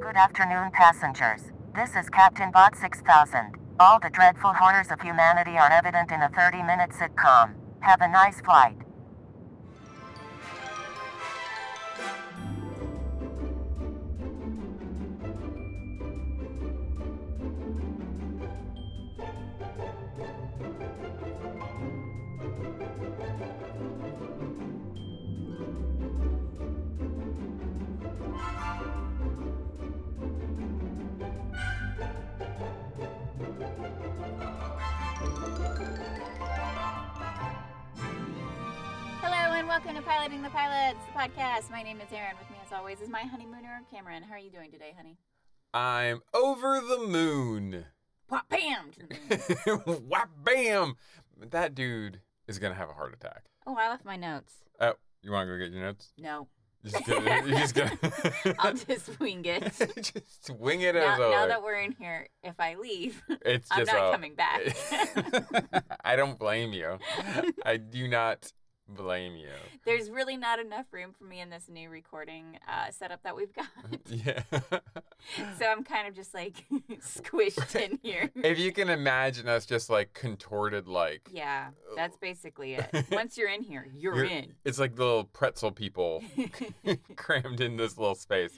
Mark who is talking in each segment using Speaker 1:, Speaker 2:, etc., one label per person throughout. Speaker 1: Good afternoon, passengers. This is Captain Bot 6000. All the dreadful horrors of humanity are evident in a 30 minute sitcom. Have a nice flight.
Speaker 2: Hello and welcome to Piloting the Pilots, the podcast. My name is Erin. With me, as always, is my honeymooner, Cameron. How are you doing today, honey?
Speaker 3: I'm over the moon.
Speaker 2: Pop, bam! to the moon.
Speaker 3: Whap bam! That dude is gonna have a heart attack.
Speaker 2: oh, I left my notes.
Speaker 3: Oh, you wanna go get your notes?
Speaker 2: No,
Speaker 3: You just gonna, you just gonna
Speaker 2: I'll just wing it.
Speaker 3: just wing it
Speaker 2: now,
Speaker 3: as over.
Speaker 2: now that we're in here, if I leave,
Speaker 3: it's
Speaker 2: I'm
Speaker 3: just
Speaker 2: not
Speaker 3: a-
Speaker 2: coming back.
Speaker 3: I don't blame you. I do not blame you.
Speaker 2: there's really not enough room for me in this new recording uh, setup that we've got.
Speaker 3: Yeah.
Speaker 2: so I'm kind of just like squished in here.
Speaker 3: if you can imagine us just like contorted, like
Speaker 2: Yeah, that's basically it. Once you're in here, you're,
Speaker 3: You're-
Speaker 2: in.
Speaker 3: It's like little pretzel people crammed in this little space.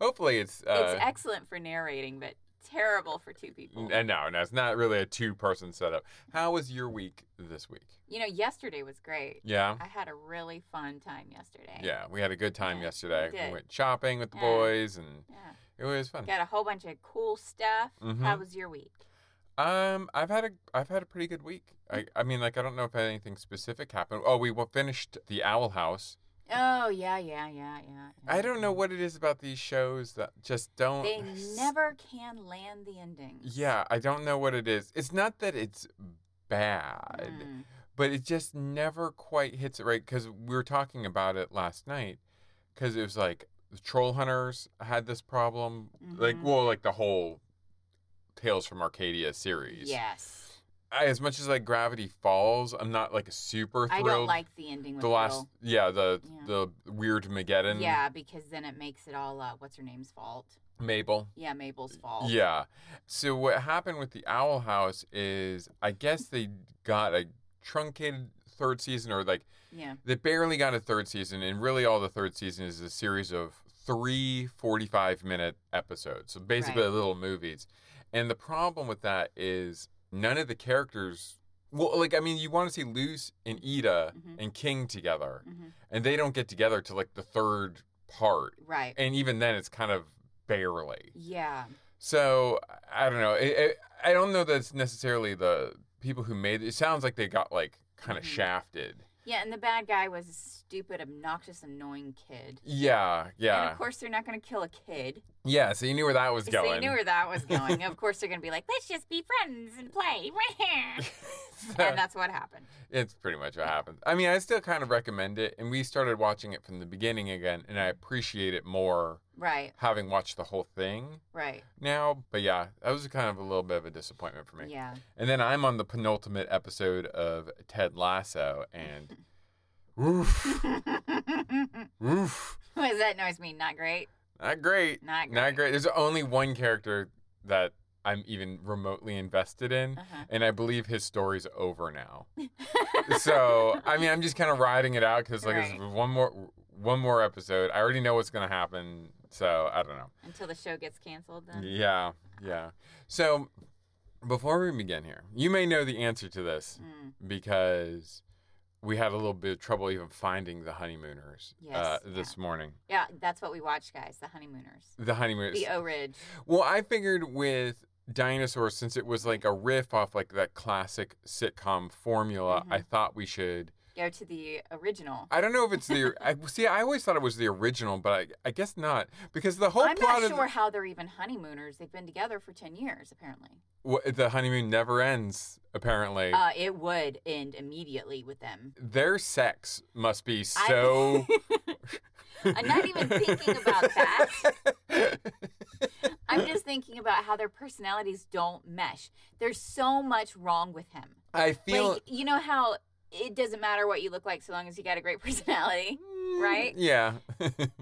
Speaker 3: Hopefully, it's. Uh,
Speaker 2: it's excellent for narrating, but terrible for two people.
Speaker 3: n- no, no, it's not really a two-person setup. How was your week this week?
Speaker 2: You know, yesterday was great.
Speaker 3: Yeah,
Speaker 2: I had a really fun time yesterday.
Speaker 3: Mm. yeah, we had a good time
Speaker 2: Yeah,
Speaker 3: yesterday.
Speaker 2: we did.
Speaker 3: We went shopping with the
Speaker 2: Yeah.
Speaker 3: boys, and
Speaker 2: Yeah.
Speaker 3: it was fun.
Speaker 2: Got a whole bunch of cool stuff.
Speaker 3: Mhm.
Speaker 2: How was your week?
Speaker 3: Um, I've had a, I've had a pretty good week. I, I mean, like, I don't know if anything specific happened. Oh, we w- finished the Owl House.
Speaker 2: Oh yeah, yeah, yeah, yeah.
Speaker 3: I don't know what it is about these shows that just don't.
Speaker 2: Mm-hmm. They never can land the ending.
Speaker 3: Yeah, I don't know what it is. It's not that it's bad,
Speaker 2: Mm.
Speaker 3: but it just never quite hits it right. Because we were talking about it last night, because it was like Troll Hunters had this problem. Like,
Speaker 2: Mhm.
Speaker 3: well, like the whole Tales from Arcadia series.
Speaker 2: Yes.
Speaker 3: I, as much as like Gravity Falls, I'm not like super
Speaker 2: I
Speaker 3: thrilled.
Speaker 2: don't like the ending with
Speaker 3: the last,
Speaker 2: Bill.
Speaker 3: yeah, the
Speaker 2: Yeah.
Speaker 3: the weird Mageddon.
Speaker 2: yeah, because then it makes it all uh, what's her name's fault.
Speaker 3: Mabel.
Speaker 2: Yeah, Mabel's fault.
Speaker 3: Yeah. So what happened with the Owl House is I guess they got a truncated third season or like
Speaker 2: Yeah.
Speaker 3: they barely got a third season and really all the third season is a series of three 45 minute episodes. So basically
Speaker 2: Right.
Speaker 3: little movies. And the problem with that is none of the characters well like I mean you want to see Luce and Ida
Speaker 2: Mhm.
Speaker 3: and King together
Speaker 2: Mhm.
Speaker 3: and they don't get together till like the third part.
Speaker 2: Right.
Speaker 3: And even then it's kind of barely.
Speaker 2: yeah.
Speaker 3: So I I don't know. I, I, I don't know that it's necessarily the people who made it. It sounds like they got like kind of
Speaker 2: Mhm.
Speaker 3: shafted.
Speaker 2: Yeah, and the bad guy was a stupid, obnoxious, annoying kid.
Speaker 3: Yeah,
Speaker 2: And
Speaker 3: yeah,
Speaker 2: of course, they're not going to kill a kid.
Speaker 3: yeah. So you knew where that was
Speaker 2: So you
Speaker 3: going.
Speaker 2: knew where that was going. of course, they're going to be like, let's just be friends and play.
Speaker 3: So
Speaker 2: and uh, that's what happened.
Speaker 3: it's pretty much what happened. I mean, I still kind of recommend it, and we started watching it from the beginning again, and I appreciate it more
Speaker 2: Right,
Speaker 3: having watched the whole thing
Speaker 2: right.
Speaker 3: now. But yeah, that was kind of a little bit of a disappointment for me.
Speaker 2: Yeah.
Speaker 3: And then I'm on the penultimate episode of Ted Lasso, and oof,
Speaker 2: what
Speaker 3: oof.
Speaker 2: does that noise mean? Not great?
Speaker 3: Not great.
Speaker 2: Not great.
Speaker 3: Not great. There's only one character that I'm even remotely invested in,
Speaker 2: Uh-huh.
Speaker 3: and I believe his story's over now. so I mean, I'm just kind of riding it out because like it's
Speaker 2: Right.
Speaker 3: one more one more episode. I already know what's gonna happen, so I don't know.
Speaker 2: Until the show gets canceled then?
Speaker 3: Yeah, yeah. So before we begin here, you may know the answer to this
Speaker 2: Mm,
Speaker 3: because we had a little bit of trouble even finding the honeymooners uh,
Speaker 2: Yes, yeah.
Speaker 3: this morning.
Speaker 2: Yeah, that's what we watched, guys. The Honeymooners.
Speaker 3: The honeymooners.
Speaker 2: The uh O Ridge.
Speaker 3: Well, I figured with dinosaurs, since it was like a riff off like that classic sitcom formula,
Speaker 2: Mm-hmm.
Speaker 3: I thought we should.
Speaker 2: Go to the original.
Speaker 3: I don't know if it's the. I, see, I always thought it was the original, but I, I guess not because the whole
Speaker 2: I'm
Speaker 3: plot
Speaker 2: not
Speaker 3: of
Speaker 2: sure how they're even honeymooners. They've been together for 10 years, apparently.
Speaker 3: wha- the honeymoon never ends. Apparently,
Speaker 2: Uh, it would end immediately with them.
Speaker 3: their sex must be
Speaker 2: I-
Speaker 3: so.
Speaker 2: I'm not even thinking about that.
Speaker 3: Uh,
Speaker 2: I'm just thinking about how their personalities don't mesh. There's so much wrong with him.
Speaker 3: I feel
Speaker 2: like you know how it doesn't matter what you look like so long as you got a great personality. Right?
Speaker 3: mm, Yeah.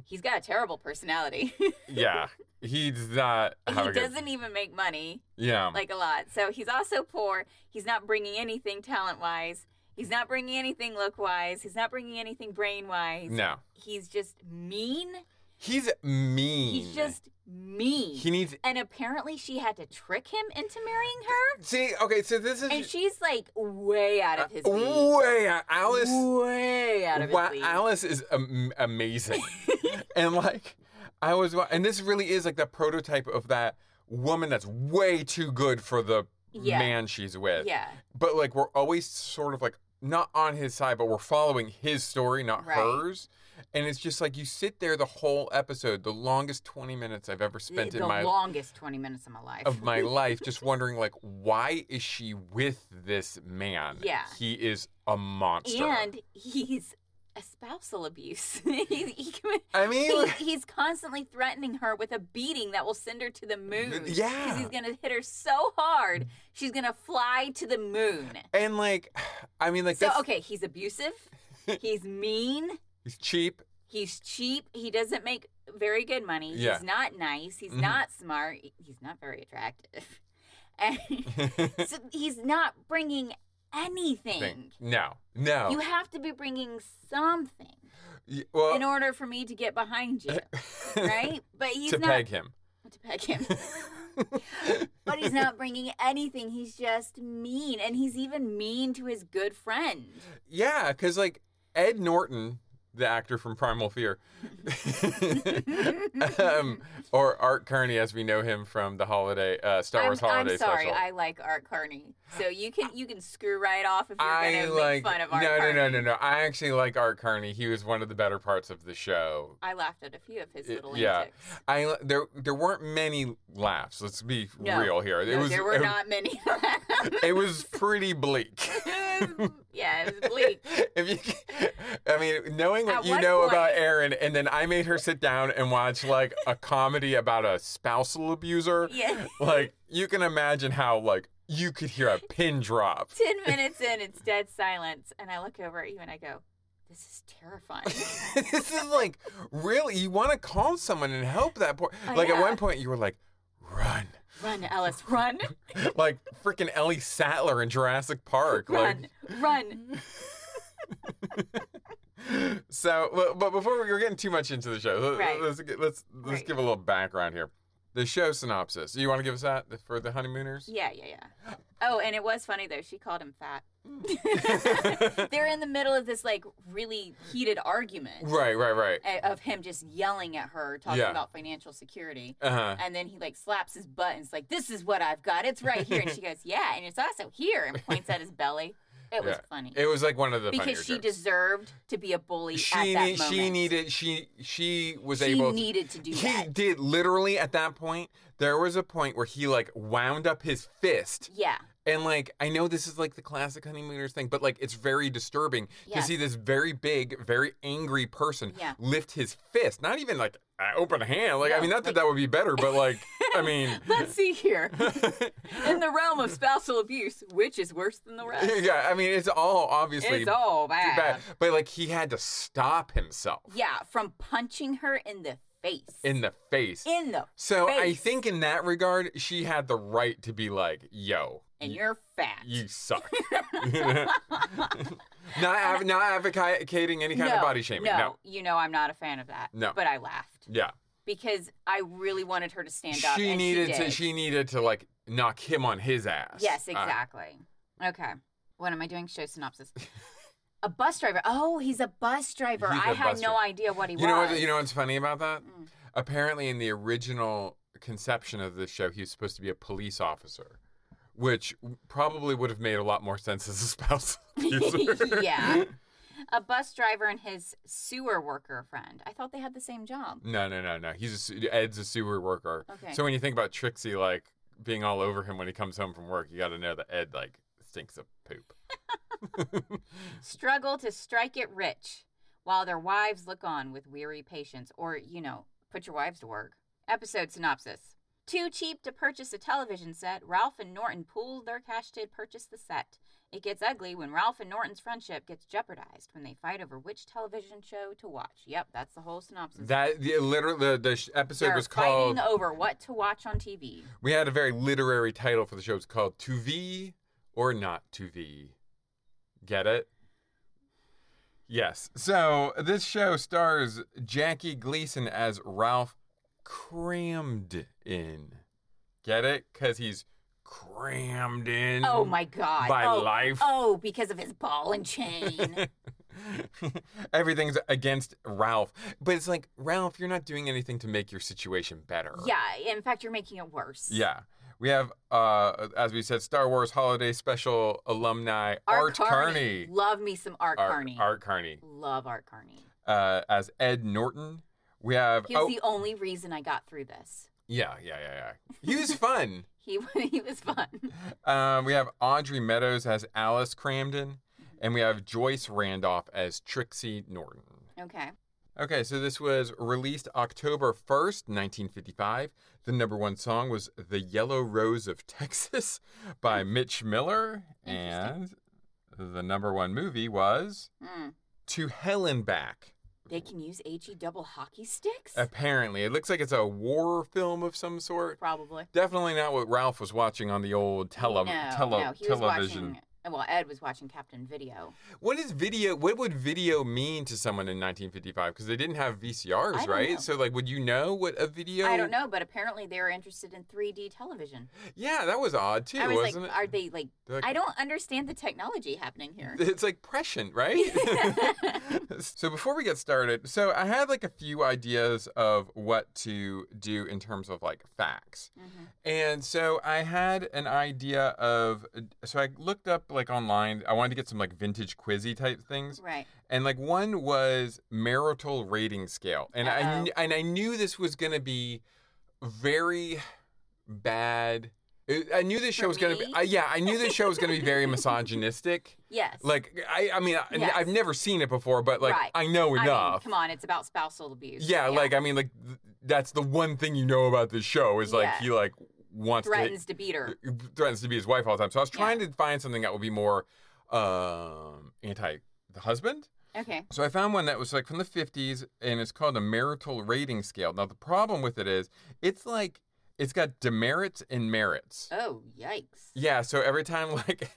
Speaker 2: He's got a terrible personality.
Speaker 3: yeah. He's not. have
Speaker 2: he
Speaker 3: a good-
Speaker 2: doesn't even make money
Speaker 3: Yeah.
Speaker 2: like a lot. So he's also poor. He's not bringing anything talent wise. He's not bringing anything look wise. He's not bringing anything brain wise.
Speaker 3: no.
Speaker 2: He's just mean.
Speaker 3: He's mean.
Speaker 2: He's just mean.
Speaker 3: He needs.
Speaker 2: and apparently she had to trick him into marrying her.
Speaker 3: See, okay, so this is. uh,
Speaker 2: And she's like way out of his league.
Speaker 3: way out. Alice.
Speaker 2: Way out of his
Speaker 3: Wow,
Speaker 2: league.
Speaker 3: Alice is am- amazing. and like, I was, wa- and this really is like the prototype of that woman that's way too good for the
Speaker 2: Yeah.
Speaker 3: man uh, she's with.
Speaker 2: yeah,
Speaker 3: But like, we're always sort of like not on his side, but we're following his story, not
Speaker 2: Right.
Speaker 3: hers. And it's just like you sit there the whole episode, the longest 20 minutes I've ever spent
Speaker 2: the
Speaker 3: in my
Speaker 2: longest twenty minutes of my life.
Speaker 3: of my life just wondering like why is she with this man?
Speaker 2: Yeah.
Speaker 3: He is a monster.
Speaker 2: and he's a spousal abuse. he, he, commit-
Speaker 3: I mean
Speaker 2: he- he's constantly threatening her with a beating that will send her to the moon.
Speaker 3: yeah.
Speaker 2: because he's gonna hit her so hard she's gonna fly to the moon.
Speaker 3: And like, I mean, like
Speaker 2: So
Speaker 3: this.
Speaker 2: okay, he's abusive. he's mean.
Speaker 3: He's cheap.
Speaker 2: He's cheap. He doesn't make very good money.
Speaker 3: Yeah.
Speaker 2: He's not nice. He's
Speaker 3: Mhm.
Speaker 2: not smart. He's not very attractive. And so he's not bringing anything.
Speaker 3: no, no.
Speaker 2: You have to be bringing something
Speaker 3: Y- well,
Speaker 2: in order for me to get behind you, right? But he's
Speaker 3: to
Speaker 2: not
Speaker 3: peg him.
Speaker 2: to peg him. but he's not bringing anything. He's just mean, and he's even mean to his good friend.
Speaker 3: yeah, because like Ed Norton, the actor from Primal Fear, um, or Art Carney, as we know him from the holiday uh, Star
Speaker 2: I'm,
Speaker 3: Wars holiday
Speaker 2: I'm sorry.
Speaker 3: special.
Speaker 2: I like Art Carney, so you can you can screw right off if you're
Speaker 3: I
Speaker 2: gonna make
Speaker 3: like
Speaker 2: fun of Art
Speaker 3: no,
Speaker 2: Carney.
Speaker 3: no, no, no, no. I actually like Art Carney. He was one of the better parts of the show.
Speaker 2: I laughed at a few of his
Speaker 3: Y-
Speaker 2: little
Speaker 3: yeah.
Speaker 2: antics.
Speaker 3: I there there weren't many laughs. Let's be
Speaker 2: No.
Speaker 3: real here.
Speaker 2: No,
Speaker 3: it was
Speaker 2: there were
Speaker 3: it,
Speaker 2: not many.
Speaker 3: it was pretty bleak.
Speaker 2: It was- yeah, it was bleak.
Speaker 3: if you, can- I mean, knowing what
Speaker 2: At
Speaker 3: you
Speaker 2: one
Speaker 3: know about
Speaker 2: point-
Speaker 3: Aaron, and then I made her sit down and watch like a comedy about a spousal abuser.
Speaker 2: Yeah.
Speaker 3: Like you can imagine how like you could hear a pin drop.
Speaker 2: Ten minutes in, it's dead silence, and I look over at you and I go, "This is terrifying."
Speaker 3: this is like really you want to call someone and help that poor.
Speaker 2: Oh,
Speaker 3: like at
Speaker 2: yeah.
Speaker 3: one point you were like, run,
Speaker 2: run, Ellis, run,
Speaker 3: like freaking Ellie Sattler in Jurassic Park. Like
Speaker 2: run, run.
Speaker 3: so but- but before we are getting too much into the show let-
Speaker 2: Right.
Speaker 3: let's get- let's let's
Speaker 2: Right.
Speaker 3: give a little background here the show synopsis you want to give us that for the honeymooners
Speaker 2: Yeah, yeah, yeah. Oh, and it was funny though. She called him fat. They're in the middle of this like really heated argument
Speaker 3: right right right
Speaker 2: a- of him just yelling at her, talking
Speaker 3: Yeah.
Speaker 2: about financial security.
Speaker 3: uh-huh
Speaker 2: And then he like slaps his butt and is like, "This is what I've got. It's right here." And she goes, "Yeah," and it's also here, and points at his belly. It was
Speaker 3: Yeah.
Speaker 2: funny
Speaker 3: it was like one of the funnier
Speaker 2: because she
Speaker 3: jokes.
Speaker 2: deserved to be a bully at
Speaker 3: she
Speaker 2: that
Speaker 3: need-
Speaker 2: moment.
Speaker 3: she needed she she was
Speaker 2: She
Speaker 3: able to,
Speaker 2: needed to do
Speaker 3: he
Speaker 2: that.
Speaker 3: did literally at that point there was a point where he like wound up his fist
Speaker 2: Yeah,
Speaker 3: And like I know this is like the classic honeymooners thing, but like it's very disturbing to
Speaker 2: Yes.
Speaker 3: see this very big, very angry person
Speaker 2: Yeah.
Speaker 3: lift his fist. Not even like uh, open hand. Like I
Speaker 2: No,
Speaker 3: mean, not that
Speaker 2: like-
Speaker 3: that would be better, but like I mean,
Speaker 2: let's see here. in the realm of spousal abuse, which is worse than the rest?
Speaker 3: yeah. I mean, it's all obviously
Speaker 2: It's all bad.
Speaker 3: bad, but like he had to stop himself
Speaker 2: Yeah, from punching her in the face.
Speaker 3: in the face.
Speaker 2: in the
Speaker 3: so I
Speaker 2: face.
Speaker 3: think in that regard, she had the right to be like, "Yo,
Speaker 2: and you're fat.
Speaker 3: you suck." not av- not advocating any kind of body shaming.
Speaker 2: No,
Speaker 3: no.
Speaker 2: you know I'm not a fan of that.
Speaker 3: No.
Speaker 2: but I laughed
Speaker 3: Yeah.
Speaker 2: because I really wanted her to stand up.
Speaker 3: she
Speaker 2: and
Speaker 3: needed
Speaker 2: she did.
Speaker 3: to she needed to like knock him on his ass
Speaker 2: Yes,
Speaker 3: Uh,
Speaker 2: exactly. okay, what am I doing? Show synopsis. a bus driver. Oh, he's a bus driver.
Speaker 3: He's
Speaker 2: I
Speaker 3: a
Speaker 2: had
Speaker 3: bus
Speaker 2: no
Speaker 3: driver.
Speaker 2: idea what he
Speaker 3: you know
Speaker 2: was.
Speaker 3: what you know what's funny about that
Speaker 2: Mm.
Speaker 3: apparently in the original conception of this show he was supposed to be a police officer which probably would have made a lot more sense as a spouse abuser.
Speaker 2: yeah. A bus driver and his sewer worker friend. I thought they had the same job.
Speaker 3: no no no no he's a, se- ed's a sewer worker
Speaker 2: Okay.
Speaker 3: so when you think about trixie like being all over him when he comes home from work you got to know that ed like stinks of poop
Speaker 2: struggle to strike it rich while their wives look on with weary patience or you know put your wives to work episode synopsis too cheap to purchase a television set ralph and norton pooled their cash to purchase the set It gets ugly when Ralph and Norton's friendship gets jeopardized when they fight over which television show to watch. Yep, that's the whole synopsis.
Speaker 3: That the literally the, the sh- episode
Speaker 2: They're
Speaker 3: was
Speaker 2: fighting
Speaker 3: called.
Speaker 2: over what to watch on TV.
Speaker 3: We had a very literary title for the show. It's called "To V or Not To V." Get it? Yes. So this show stars Jackie Gleason as Ralph crammed in. Get it? Because he's crammed in.
Speaker 2: Oh my god.
Speaker 3: Mm-hmm. By
Speaker 2: oh,
Speaker 3: life.
Speaker 2: Oh, because of his ball and chain.
Speaker 3: Everything's against Ralph. But it's like, Ralph, you're not doing anything to make your situation better.
Speaker 2: yeah, in fact, you're making it worse.
Speaker 3: Yeah. We have, uh, as we said, Star Wars Holiday Special alumni Art, Carney.
Speaker 2: Love me some Art,
Speaker 3: Art
Speaker 2: Carney.
Speaker 3: Art Carney
Speaker 2: Love Art Carney.
Speaker 3: uh, as Ed Norton. We have,
Speaker 2: He was
Speaker 3: oh,
Speaker 2: the only reason I got through this.
Speaker 3: yeah, yeah, yeah, yeah. He was fun.
Speaker 2: He he was fun.
Speaker 3: um, we have Audrey Meadows as Alice Cramden, and we have Joyce Randolph as Trixie Norton.
Speaker 2: Okay.
Speaker 3: Okay, so this was released October 1st, 1955. The number one song was The Yellow Rose of Texas by Mitch Miller. And
Speaker 2: Hmm. Interesting.
Speaker 3: the number one movie was
Speaker 2: Hmm.
Speaker 3: To Hell and Back.
Speaker 2: They can use HE double hockey sticks?
Speaker 3: Apparently, it looks like it's a war film of some sort.
Speaker 2: Probably.
Speaker 3: Definitely not what Ralph was watching on the old tele-
Speaker 2: no,
Speaker 3: tele-
Speaker 2: no, he
Speaker 3: television.
Speaker 2: was watching. Well, Ed was watching Captain Video.
Speaker 3: What is video? What would video mean to someone in 1955? Because they didn't have VCRs,
Speaker 2: I don't
Speaker 3: right?
Speaker 2: know.
Speaker 3: So, like, would you know what a video?
Speaker 2: I don't know, but apparently they were interested in 3D television.
Speaker 3: Yeah, that was odd too,
Speaker 2: I was
Speaker 3: wasn't
Speaker 2: like,
Speaker 3: it?
Speaker 2: are they like?
Speaker 3: They're like-
Speaker 2: I don't understand the technology happening here.
Speaker 3: It's like prescient, right? so before we get started, so I had like a few ideas of what to do in terms of like facts.
Speaker 2: Mhm.
Speaker 3: And so I had an idea of so I looked up like online, I wanted to get some like vintage quizzy type things.
Speaker 2: Right.
Speaker 3: And like one was marital rating scale. And I
Speaker 2: Uh-oh.
Speaker 3: kn- and I knew this was going to be very bad. Uh, I- I knew this show
Speaker 2: For
Speaker 3: was going to
Speaker 2: me?
Speaker 3: be I, yeah, I knew this show was going to be very misogynistic.
Speaker 2: Yes.
Speaker 3: Like I, I mean, I,
Speaker 2: Yes.
Speaker 3: I've never seen it before, but like
Speaker 2: Right.
Speaker 3: I know
Speaker 2: I mean,
Speaker 3: enough.
Speaker 2: come on, it's about spousal abuse.
Speaker 3: yeah, like I mean, like th- that's the one thing you know about this show is like
Speaker 2: Yeah.
Speaker 3: he like wants
Speaker 2: threatens to beat her.
Speaker 3: to threatens to be his wife all the time. So I was trying to find something that would be more um anti the husband.
Speaker 2: Okay.
Speaker 3: So I found one that was like from the 50s and it's called a marital rating scale. Now the problem with it is it's like it's got demerits and merits.
Speaker 2: Oh yikes.
Speaker 3: Yeah, so every time like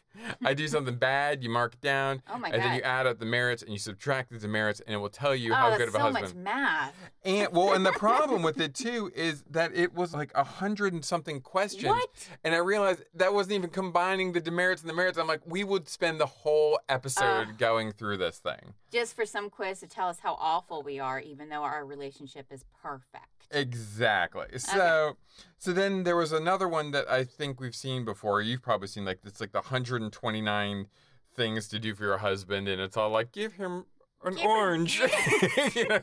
Speaker 3: I do something bad, you mark it down,
Speaker 2: Oh my
Speaker 3: and then you
Speaker 2: god.
Speaker 3: add up the merits and you subtract the demerits, and it will tell you
Speaker 2: oh,
Speaker 3: how
Speaker 2: that's
Speaker 3: good of a
Speaker 2: so
Speaker 3: husband.
Speaker 2: much math.
Speaker 3: And well, and the problem with it too is that it was like a hundred and something questions,
Speaker 2: What?
Speaker 3: and I realized that wasn't even combining the demerits and the merits. I'm like, we would spend the whole episode
Speaker 2: Ugh.
Speaker 3: going through this thing.
Speaker 2: Just for some quiz to tell us how awful we are, even though our relationship is perfect.
Speaker 3: Exactly. So, so then there was another one that I think we've seen before. You've probably seen like it's like the 129 things to do for your husband, and it's all like give him an
Speaker 2: Give him-
Speaker 3: orange. You know?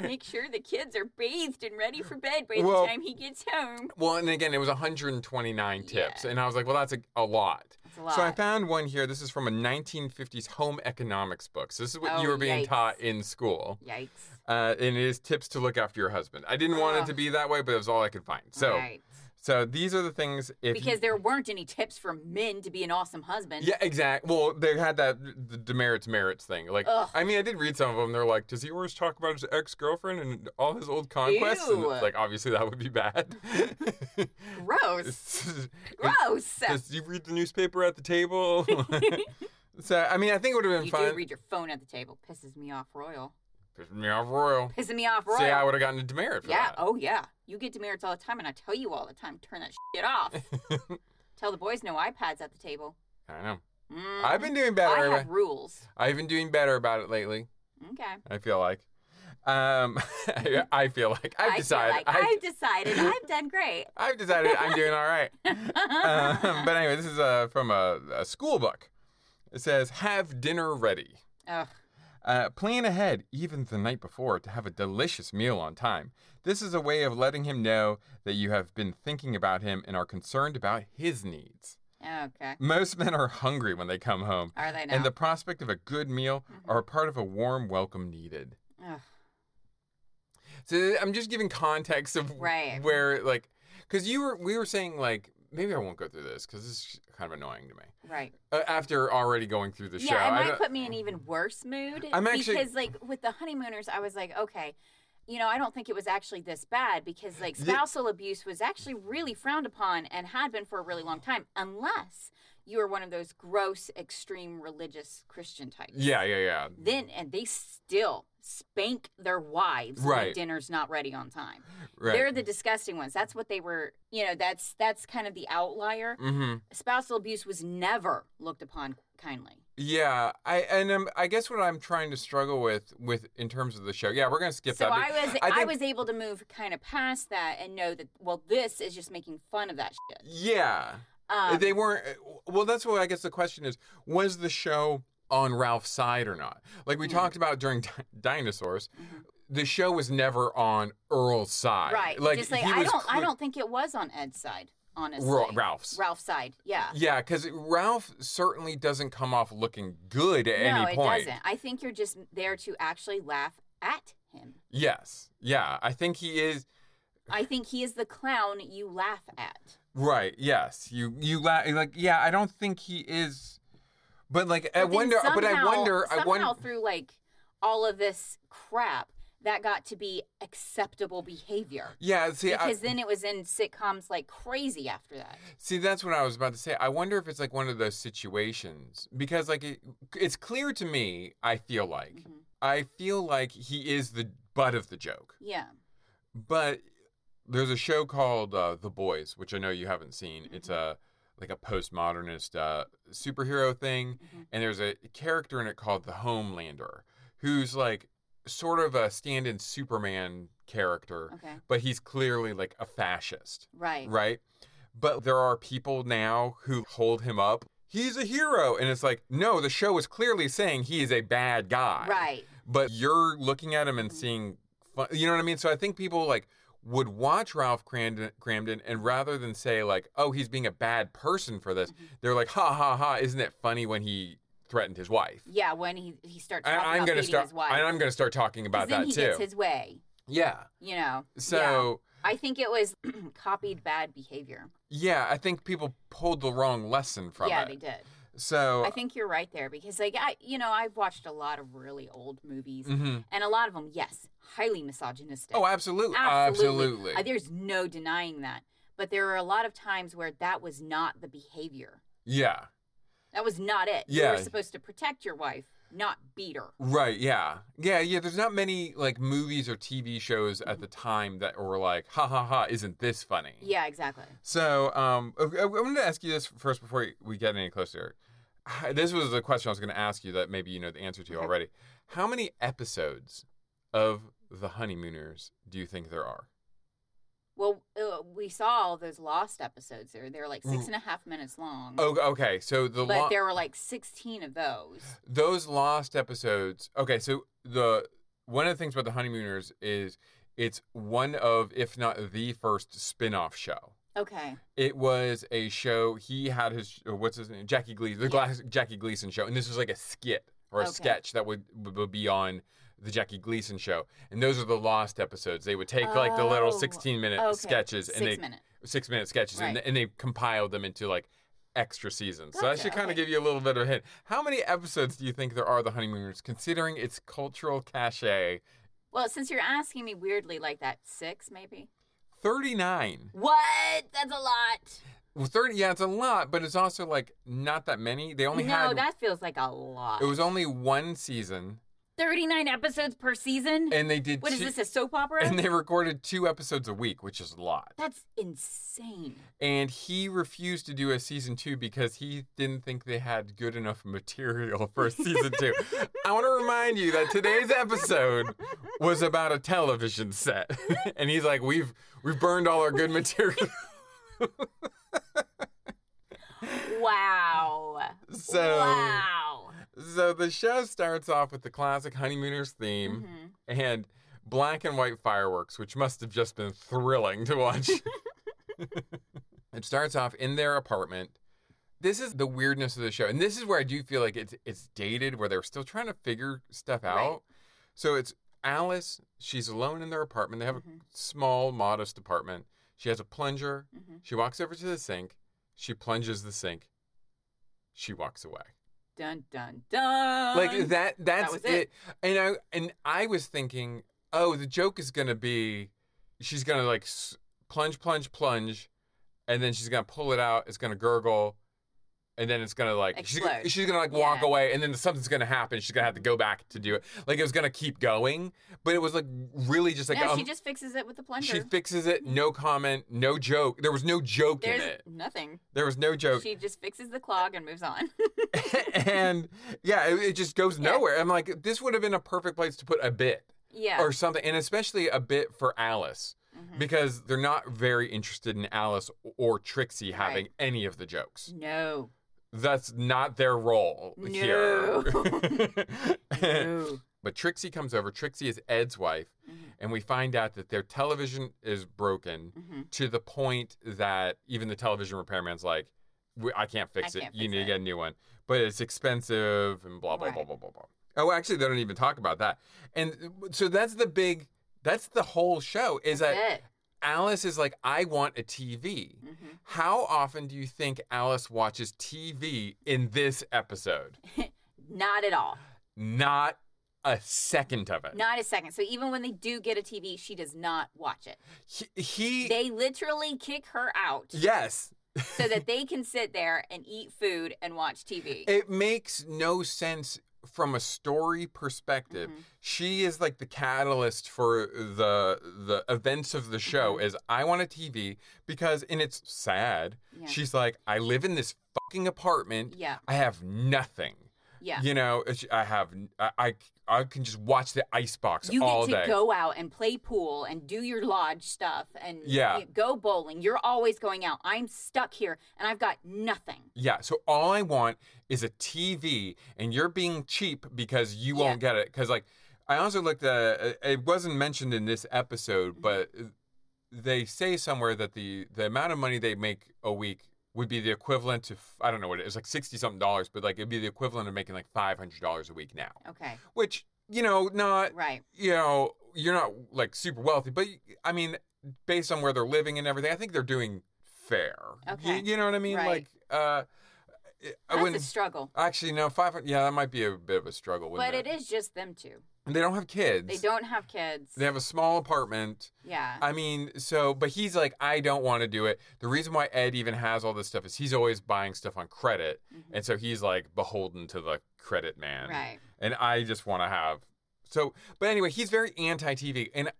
Speaker 2: Make sure the kids are bathed and ready for bed by the
Speaker 3: Well-
Speaker 2: time he gets home.
Speaker 3: Well, and again, it was 129 tips,
Speaker 2: Yeah.
Speaker 3: and I was like, well, that's a, a lot.
Speaker 2: That's a lot.
Speaker 3: So I found one here. This is from a 1950s home economics book. So this is what you
Speaker 2: Oh,
Speaker 3: were being
Speaker 2: yikes.
Speaker 3: taught in school.
Speaker 2: Yikes.
Speaker 3: Uh, and it is tips to look after your husband. I didn't want it
Speaker 2: Ugh.
Speaker 3: to be that way, but it was all I could find. So,
Speaker 2: Right.
Speaker 3: so these are the things. If you-
Speaker 2: because there weren't any tips for men to be an awesome husband.
Speaker 3: yeah, exactly. Well, they had that the demerits merits thing. Like,
Speaker 2: Ugh.
Speaker 3: I mean, I did read some of them. They're like, does he always talk about his ex girlfriend and all his old conquests? And
Speaker 2: Ew.
Speaker 3: it's like, obviously, that would be bad.
Speaker 2: Gross. Gross.
Speaker 3: Does you read the newspaper at the table? so I mean, I think it would have been
Speaker 2: You
Speaker 3: fun.
Speaker 2: do read your phone at the table. Pisses me off royal.
Speaker 3: Pissed me off royal.
Speaker 2: Pissing me off royal.
Speaker 3: See, I would have gotten a demerit for
Speaker 2: yeah,
Speaker 3: that.
Speaker 2: oh yeah. You get demerits all the time and I tell you all the time, turn that shit off. tell the boys no iPads at the table.
Speaker 3: I know.
Speaker 2: Mm,
Speaker 3: I've been doing
Speaker 2: I
Speaker 3: better.
Speaker 2: have rules.
Speaker 3: I've been doing better about it lately.
Speaker 2: Okay.
Speaker 3: I feel like. Um, I, I feel like
Speaker 2: Mm-hmm. I feel
Speaker 3: I've decided.
Speaker 2: like
Speaker 3: I,
Speaker 2: I've decided I've done great.
Speaker 3: I've decided I'm doing all right. um, but anyway, this is uh, from a, a school book. It says, "Have dinner ready."
Speaker 2: Ugh.
Speaker 3: Uh, plan ahead, even the night before, to have a delicious meal on time. This is a way of letting him know that you have been thinking about him and are concerned about his needs.
Speaker 2: Okay.
Speaker 3: Most men are hungry when they come home,
Speaker 2: Are they now?
Speaker 3: and the prospect of a good meal are a part of a warm welcome needed.
Speaker 2: Ugh.
Speaker 3: So I'm just giving context of
Speaker 2: Right.
Speaker 3: where, like, because you were we were saying like maybe I won't go through this because it's kind of annoying to me.
Speaker 2: Right.
Speaker 3: Uh, after already going through the show,
Speaker 2: yeah, it might
Speaker 3: don't-
Speaker 2: put me in even worse mood.
Speaker 3: I'm actually-
Speaker 2: because like with the honeymooners, I was like, okay, you know, I don't think it was actually this bad because like
Speaker 3: Ye-
Speaker 2: spousal abuse was actually really frowned upon and had been for a really long time, unless you were one of those gross, extreme religious Christian types.
Speaker 3: Yeah, yeah, yeah.
Speaker 2: Then and they still spank their wives
Speaker 3: Right.
Speaker 2: when dinner's not ready on time.
Speaker 3: Right.
Speaker 2: They're the disgusting ones. That's what they were. You know, that's that's kind of the outlier.
Speaker 3: mm-hmm.
Speaker 2: Spousal abuse was never looked upon kindly.
Speaker 3: Yeah, I and um, I guess what I'm trying to struggle with with in terms of the show. Yeah, we're gonna skip
Speaker 2: so
Speaker 3: that.
Speaker 2: I
Speaker 3: be-
Speaker 2: was I,
Speaker 3: I think-
Speaker 2: was able to move kind of past that and know that well this is just making fun of that shit.
Speaker 3: Yeah, Uh,
Speaker 2: Um,
Speaker 3: they weren't. Well, that's what I guess the question is: was the show on Ralph's side or not? Like we
Speaker 2: Mhm.
Speaker 3: talked about during Di- Dinosaurs,
Speaker 2: Mm-hmm.
Speaker 3: the show was never on Earl's side.
Speaker 2: right.
Speaker 3: Like,
Speaker 2: just like
Speaker 3: he
Speaker 2: I
Speaker 3: was
Speaker 2: don't I
Speaker 3: cle-
Speaker 2: don't think it was on Ed's side honestly.
Speaker 3: Ra- Ralph's.
Speaker 2: Ralph's side. Yeah.
Speaker 3: Yeah, because Ralph certainly doesn't come off looking good at
Speaker 2: no,
Speaker 3: any
Speaker 2: it
Speaker 3: point.
Speaker 2: doesn't. I think you're just there to actually laugh at him.
Speaker 3: Yes. Yeah, I think he is.
Speaker 2: I think he is the clown you laugh at.
Speaker 3: Right. Yes. You. You. La- like. Yeah. I don't think he is. But like, I
Speaker 2: then
Speaker 3: wonder. but I
Speaker 2: somehow-
Speaker 3: wonder. I
Speaker 2: Somehow
Speaker 3: wonder.
Speaker 2: through like all of this crap that got to be acceptable behavior.
Speaker 3: Yeah. See. I,
Speaker 2: because then it was in sitcoms like crazy after that.
Speaker 3: see. That's what I was about to say. I wonder if it's like one of those situations because like it, it's clear to me. I feel like.
Speaker 2: Mm-hmm.
Speaker 3: I feel like he is the butt of the joke.
Speaker 2: Yeah.
Speaker 3: But there's a show called uh, The Boys, which I know you haven't seen. It's
Speaker 2: Mm-hmm.
Speaker 3: a like a postmodernist uh, superhero thing, and there's a character in it called the Homelander, who's like sort of a stand-in Superman character,
Speaker 2: Okay.
Speaker 3: but he's clearly like a fascist,
Speaker 2: Right.
Speaker 3: right? But there are people now who hold him up. He's a hero, and it's like no, the show is clearly saying he is a bad guy,
Speaker 2: Right.
Speaker 3: but you're looking at him and seeing fun, you know what i mean so i think people like would watch ralph cramden, cramden and rather than say like oh he's being a bad person for
Speaker 2: Mm-hmm.
Speaker 3: this they're like ha ha ha isn't it funny when he threatened his wife
Speaker 2: Yeah. When he he starts
Speaker 3: And
Speaker 2: talking
Speaker 3: i'm
Speaker 2: about
Speaker 3: gonna
Speaker 2: beating
Speaker 3: start
Speaker 2: his wife,
Speaker 3: and i'm gonna start talking
Speaker 2: 'Cause
Speaker 3: about
Speaker 2: then
Speaker 3: that
Speaker 2: he
Speaker 3: too
Speaker 2: gets his way.
Speaker 3: yeah
Speaker 2: You know. Yeah.
Speaker 3: so
Speaker 2: I think it was copied bad behavior.
Speaker 3: yeah. i think people pulled the wrong lesson from
Speaker 2: yeah,
Speaker 3: it
Speaker 2: they did.
Speaker 3: so
Speaker 2: I think you're right there because like I, you know, I've watched a lot of really old movies,
Speaker 3: Mhm.
Speaker 2: and a lot of them, yes, highly misogynistic.
Speaker 3: oh absolutely
Speaker 2: absolutely.
Speaker 3: absolutely,
Speaker 2: Uh, there's no denying that. But there are a lot of times where that was not the behavior.
Speaker 3: yeah
Speaker 2: That was not it. You
Speaker 3: Yeah.
Speaker 2: were supposed to protect your wife, not beat her.
Speaker 3: Right, yeah. Yeah, yeah, there's not many like movies or TV shows at the time that were like, ha ha ha, isn't this funny?
Speaker 2: Yeah, exactly.
Speaker 3: So, um I, I wanted to ask you this first before we get any closer. This was a question I was going to ask you that maybe you know the answer to
Speaker 2: Okay.
Speaker 3: already. How many episodes of The Honeymooners do you think there are?
Speaker 2: Well, uh, we saw all those lost episodes. They were, they were like
Speaker 3: Ooh.
Speaker 2: six and a half minutes long.
Speaker 3: Mm. Oh, okay. So the
Speaker 2: Mm. but
Speaker 3: lo-
Speaker 2: there were like 16 of those.
Speaker 3: those lost episodes okay so the one of the things about the honeymooners is it's one of if not the first spin-off show
Speaker 2: Okay.
Speaker 3: it was a show he had his uh, what's his name jackie gleason the glass jackie gleason show and this was like a skit or a
Speaker 2: Okay.
Speaker 3: sketch that would, would be on the jackie gleason show and those are the lost episodes they would take like the little
Speaker 2: Oh,
Speaker 3: 16 minute
Speaker 2: okay.
Speaker 3: sketches
Speaker 2: Six
Speaker 3: and they
Speaker 2: minutes.
Speaker 3: six minute sketches and,
Speaker 2: Right.
Speaker 3: and they compiled them into like extra seasons. So that
Speaker 2: Gotcha,
Speaker 3: should kind of
Speaker 2: okay.
Speaker 3: give you a little bit of a hint. How many episodes do you think there are of the honeymooners considering its cultural cachet?
Speaker 2: Well, since you're asking me weirdly like that, six maybe?
Speaker 3: 39.
Speaker 2: What? That's a lot.
Speaker 3: Well, 30 yeah, it's a lot, but it's also like not that many. They only
Speaker 2: no,
Speaker 3: had
Speaker 2: that feels like a lot.
Speaker 3: it was only one season
Speaker 2: 39 episodes per season?
Speaker 3: and they did
Speaker 2: What is
Speaker 3: two-
Speaker 2: this, a soap opera?
Speaker 3: and they recorded two episodes a week, which is a lot.
Speaker 2: That's insane.
Speaker 3: And he refused to do a season two because he didn't think they had good enough material for season two. I want to remind you that today's episode was about a television set, and he's like, "We've we've burned all our good material."
Speaker 2: Wow.
Speaker 3: So
Speaker 2: wow.
Speaker 3: so the show starts off with the classic honeymooners theme
Speaker 2: Mhm.
Speaker 3: and black and white fireworks, which must have just been thrilling to watch. it starts off in their apartment. This is the weirdness of the show, and this is where I do feel like it's it's dated, where they're still trying to figure stuff out.
Speaker 2: Right.
Speaker 3: So it's Alice; she's alone in their apartment. They have a small, modest apartment. She has a plunger.
Speaker 2: hmm
Speaker 3: She walks over to the sink. She plunges the sink. She walks away.
Speaker 2: Dun dun dun.
Speaker 3: like that
Speaker 2: Uh-huh.
Speaker 3: that's
Speaker 2: was
Speaker 3: it.
Speaker 2: it.
Speaker 3: And I and I was thinking, "Oh, the joke is going to be she's going to like s- plunge plunge plunge and then she's going to pull it out, it's going to gurgle." And then it's gonna like she's,
Speaker 2: Explode.
Speaker 3: she's gonna like walk
Speaker 2: Yeah.
Speaker 3: away, and then something's gonna happen. She's gonna have to go back to do it. Like it was gonna keep going, but it was like really just like
Speaker 2: no,
Speaker 3: um,
Speaker 2: she just fixes it with the plunger.
Speaker 3: she fixes it. No comment, no joke. There was no joke
Speaker 2: There's
Speaker 3: in it.
Speaker 2: nothing.
Speaker 3: There was no joke.
Speaker 2: She just fixes the clog and moves on.
Speaker 3: and yeah, it, it just goes
Speaker 2: Yeah.
Speaker 3: nowhere. I'm like, this would have been a perfect place to put a bit
Speaker 2: yeah.
Speaker 3: or something, and especially a bit for Alice
Speaker 2: Mhm.
Speaker 3: because they're not very interested in Alice or Trixie
Speaker 2: Right.
Speaker 3: having any of the jokes.
Speaker 2: No.
Speaker 3: That's not their role here.
Speaker 2: No.
Speaker 3: but Trixie comes over. Trixie is Ed's wife,
Speaker 2: Mhm.
Speaker 3: and we find out that their television is broken
Speaker 2: Mhm.
Speaker 3: to the point that even the television repairman's like, "We- I can't fix
Speaker 2: I
Speaker 3: it.
Speaker 2: can't
Speaker 3: you
Speaker 2: fix
Speaker 3: need to
Speaker 2: it."
Speaker 3: get a new one. But it's expensive and blah, blah, blah,
Speaker 2: Right.
Speaker 3: blah, blah, blah. Oh, actually, they don't even talk about that. And so that's the big, that's the whole show is that
Speaker 2: That's it.
Speaker 3: Alice is like, I want a TV.
Speaker 2: Mhm.
Speaker 3: How often do you think Alice watches TV in this episode?
Speaker 2: Not at all.
Speaker 3: Not a second of it.
Speaker 2: Not a second. So even when they do get a TV, she does not watch it.
Speaker 3: He, he
Speaker 2: They literally kick her out
Speaker 3: yes,
Speaker 2: so that they can sit there and eat food and watch TV.
Speaker 3: It makes no sense from a story perspective.
Speaker 2: Mm-hmm.
Speaker 3: She is like the catalyst for the the events of the show
Speaker 2: Mm-hmm.
Speaker 3: is I want a TV because and it's sad.
Speaker 2: Yeah.
Speaker 3: She's like I live in this fucking apartment.
Speaker 2: Yeah.
Speaker 3: I have nothing.
Speaker 2: yeah.
Speaker 3: You know, it's- I have I, I I can just watch the icebox
Speaker 2: you
Speaker 3: all
Speaker 2: get to
Speaker 3: day.
Speaker 2: go out and play pool and do your lodge stuff and
Speaker 3: Yeah.
Speaker 2: y- go bowling. You're always going out. I'm stuck here and I've got nothing.
Speaker 3: Yeah, so all I want is a TV, and you're being cheap because you
Speaker 2: Yeah.
Speaker 3: won't get it. Because like, I also looked at it wasn't mentioned in this episode, but uh, they say somewhere that the the amount of money they make a week would be the equivalent to f- I don't know what it is like sixty something dollars, but like it'd be the equivalent of making like five hundred dollars a week now,
Speaker 2: Okay.
Speaker 3: which you know not
Speaker 2: Right.
Speaker 3: you know you're not like super wealthy, but I mean based on where they're living and everything, I think they're doing fair. You-
Speaker 2: Okay.
Speaker 3: you know what I mean?
Speaker 2: Right.
Speaker 3: Like. uh I
Speaker 2: That's a
Speaker 3: wouldn't
Speaker 2: struggle.
Speaker 3: Actually, no, five hundred. Yeah, that might be a bit of a struggle.
Speaker 2: But
Speaker 3: wouldn't
Speaker 2: it is just them two.
Speaker 3: They don't have kids.
Speaker 2: They don't have kids.
Speaker 3: They have a small apartment.
Speaker 2: yeah.
Speaker 3: I mean, so, but he's like, I don't want to do it. The reason why Ed even has all this stuff is he's always buying stuff on credit,
Speaker 2: Mhm.
Speaker 3: and so he's like beholden to the credit man.
Speaker 2: Right.
Speaker 3: And I just want to have. So, but anyway, he's very anti TV, and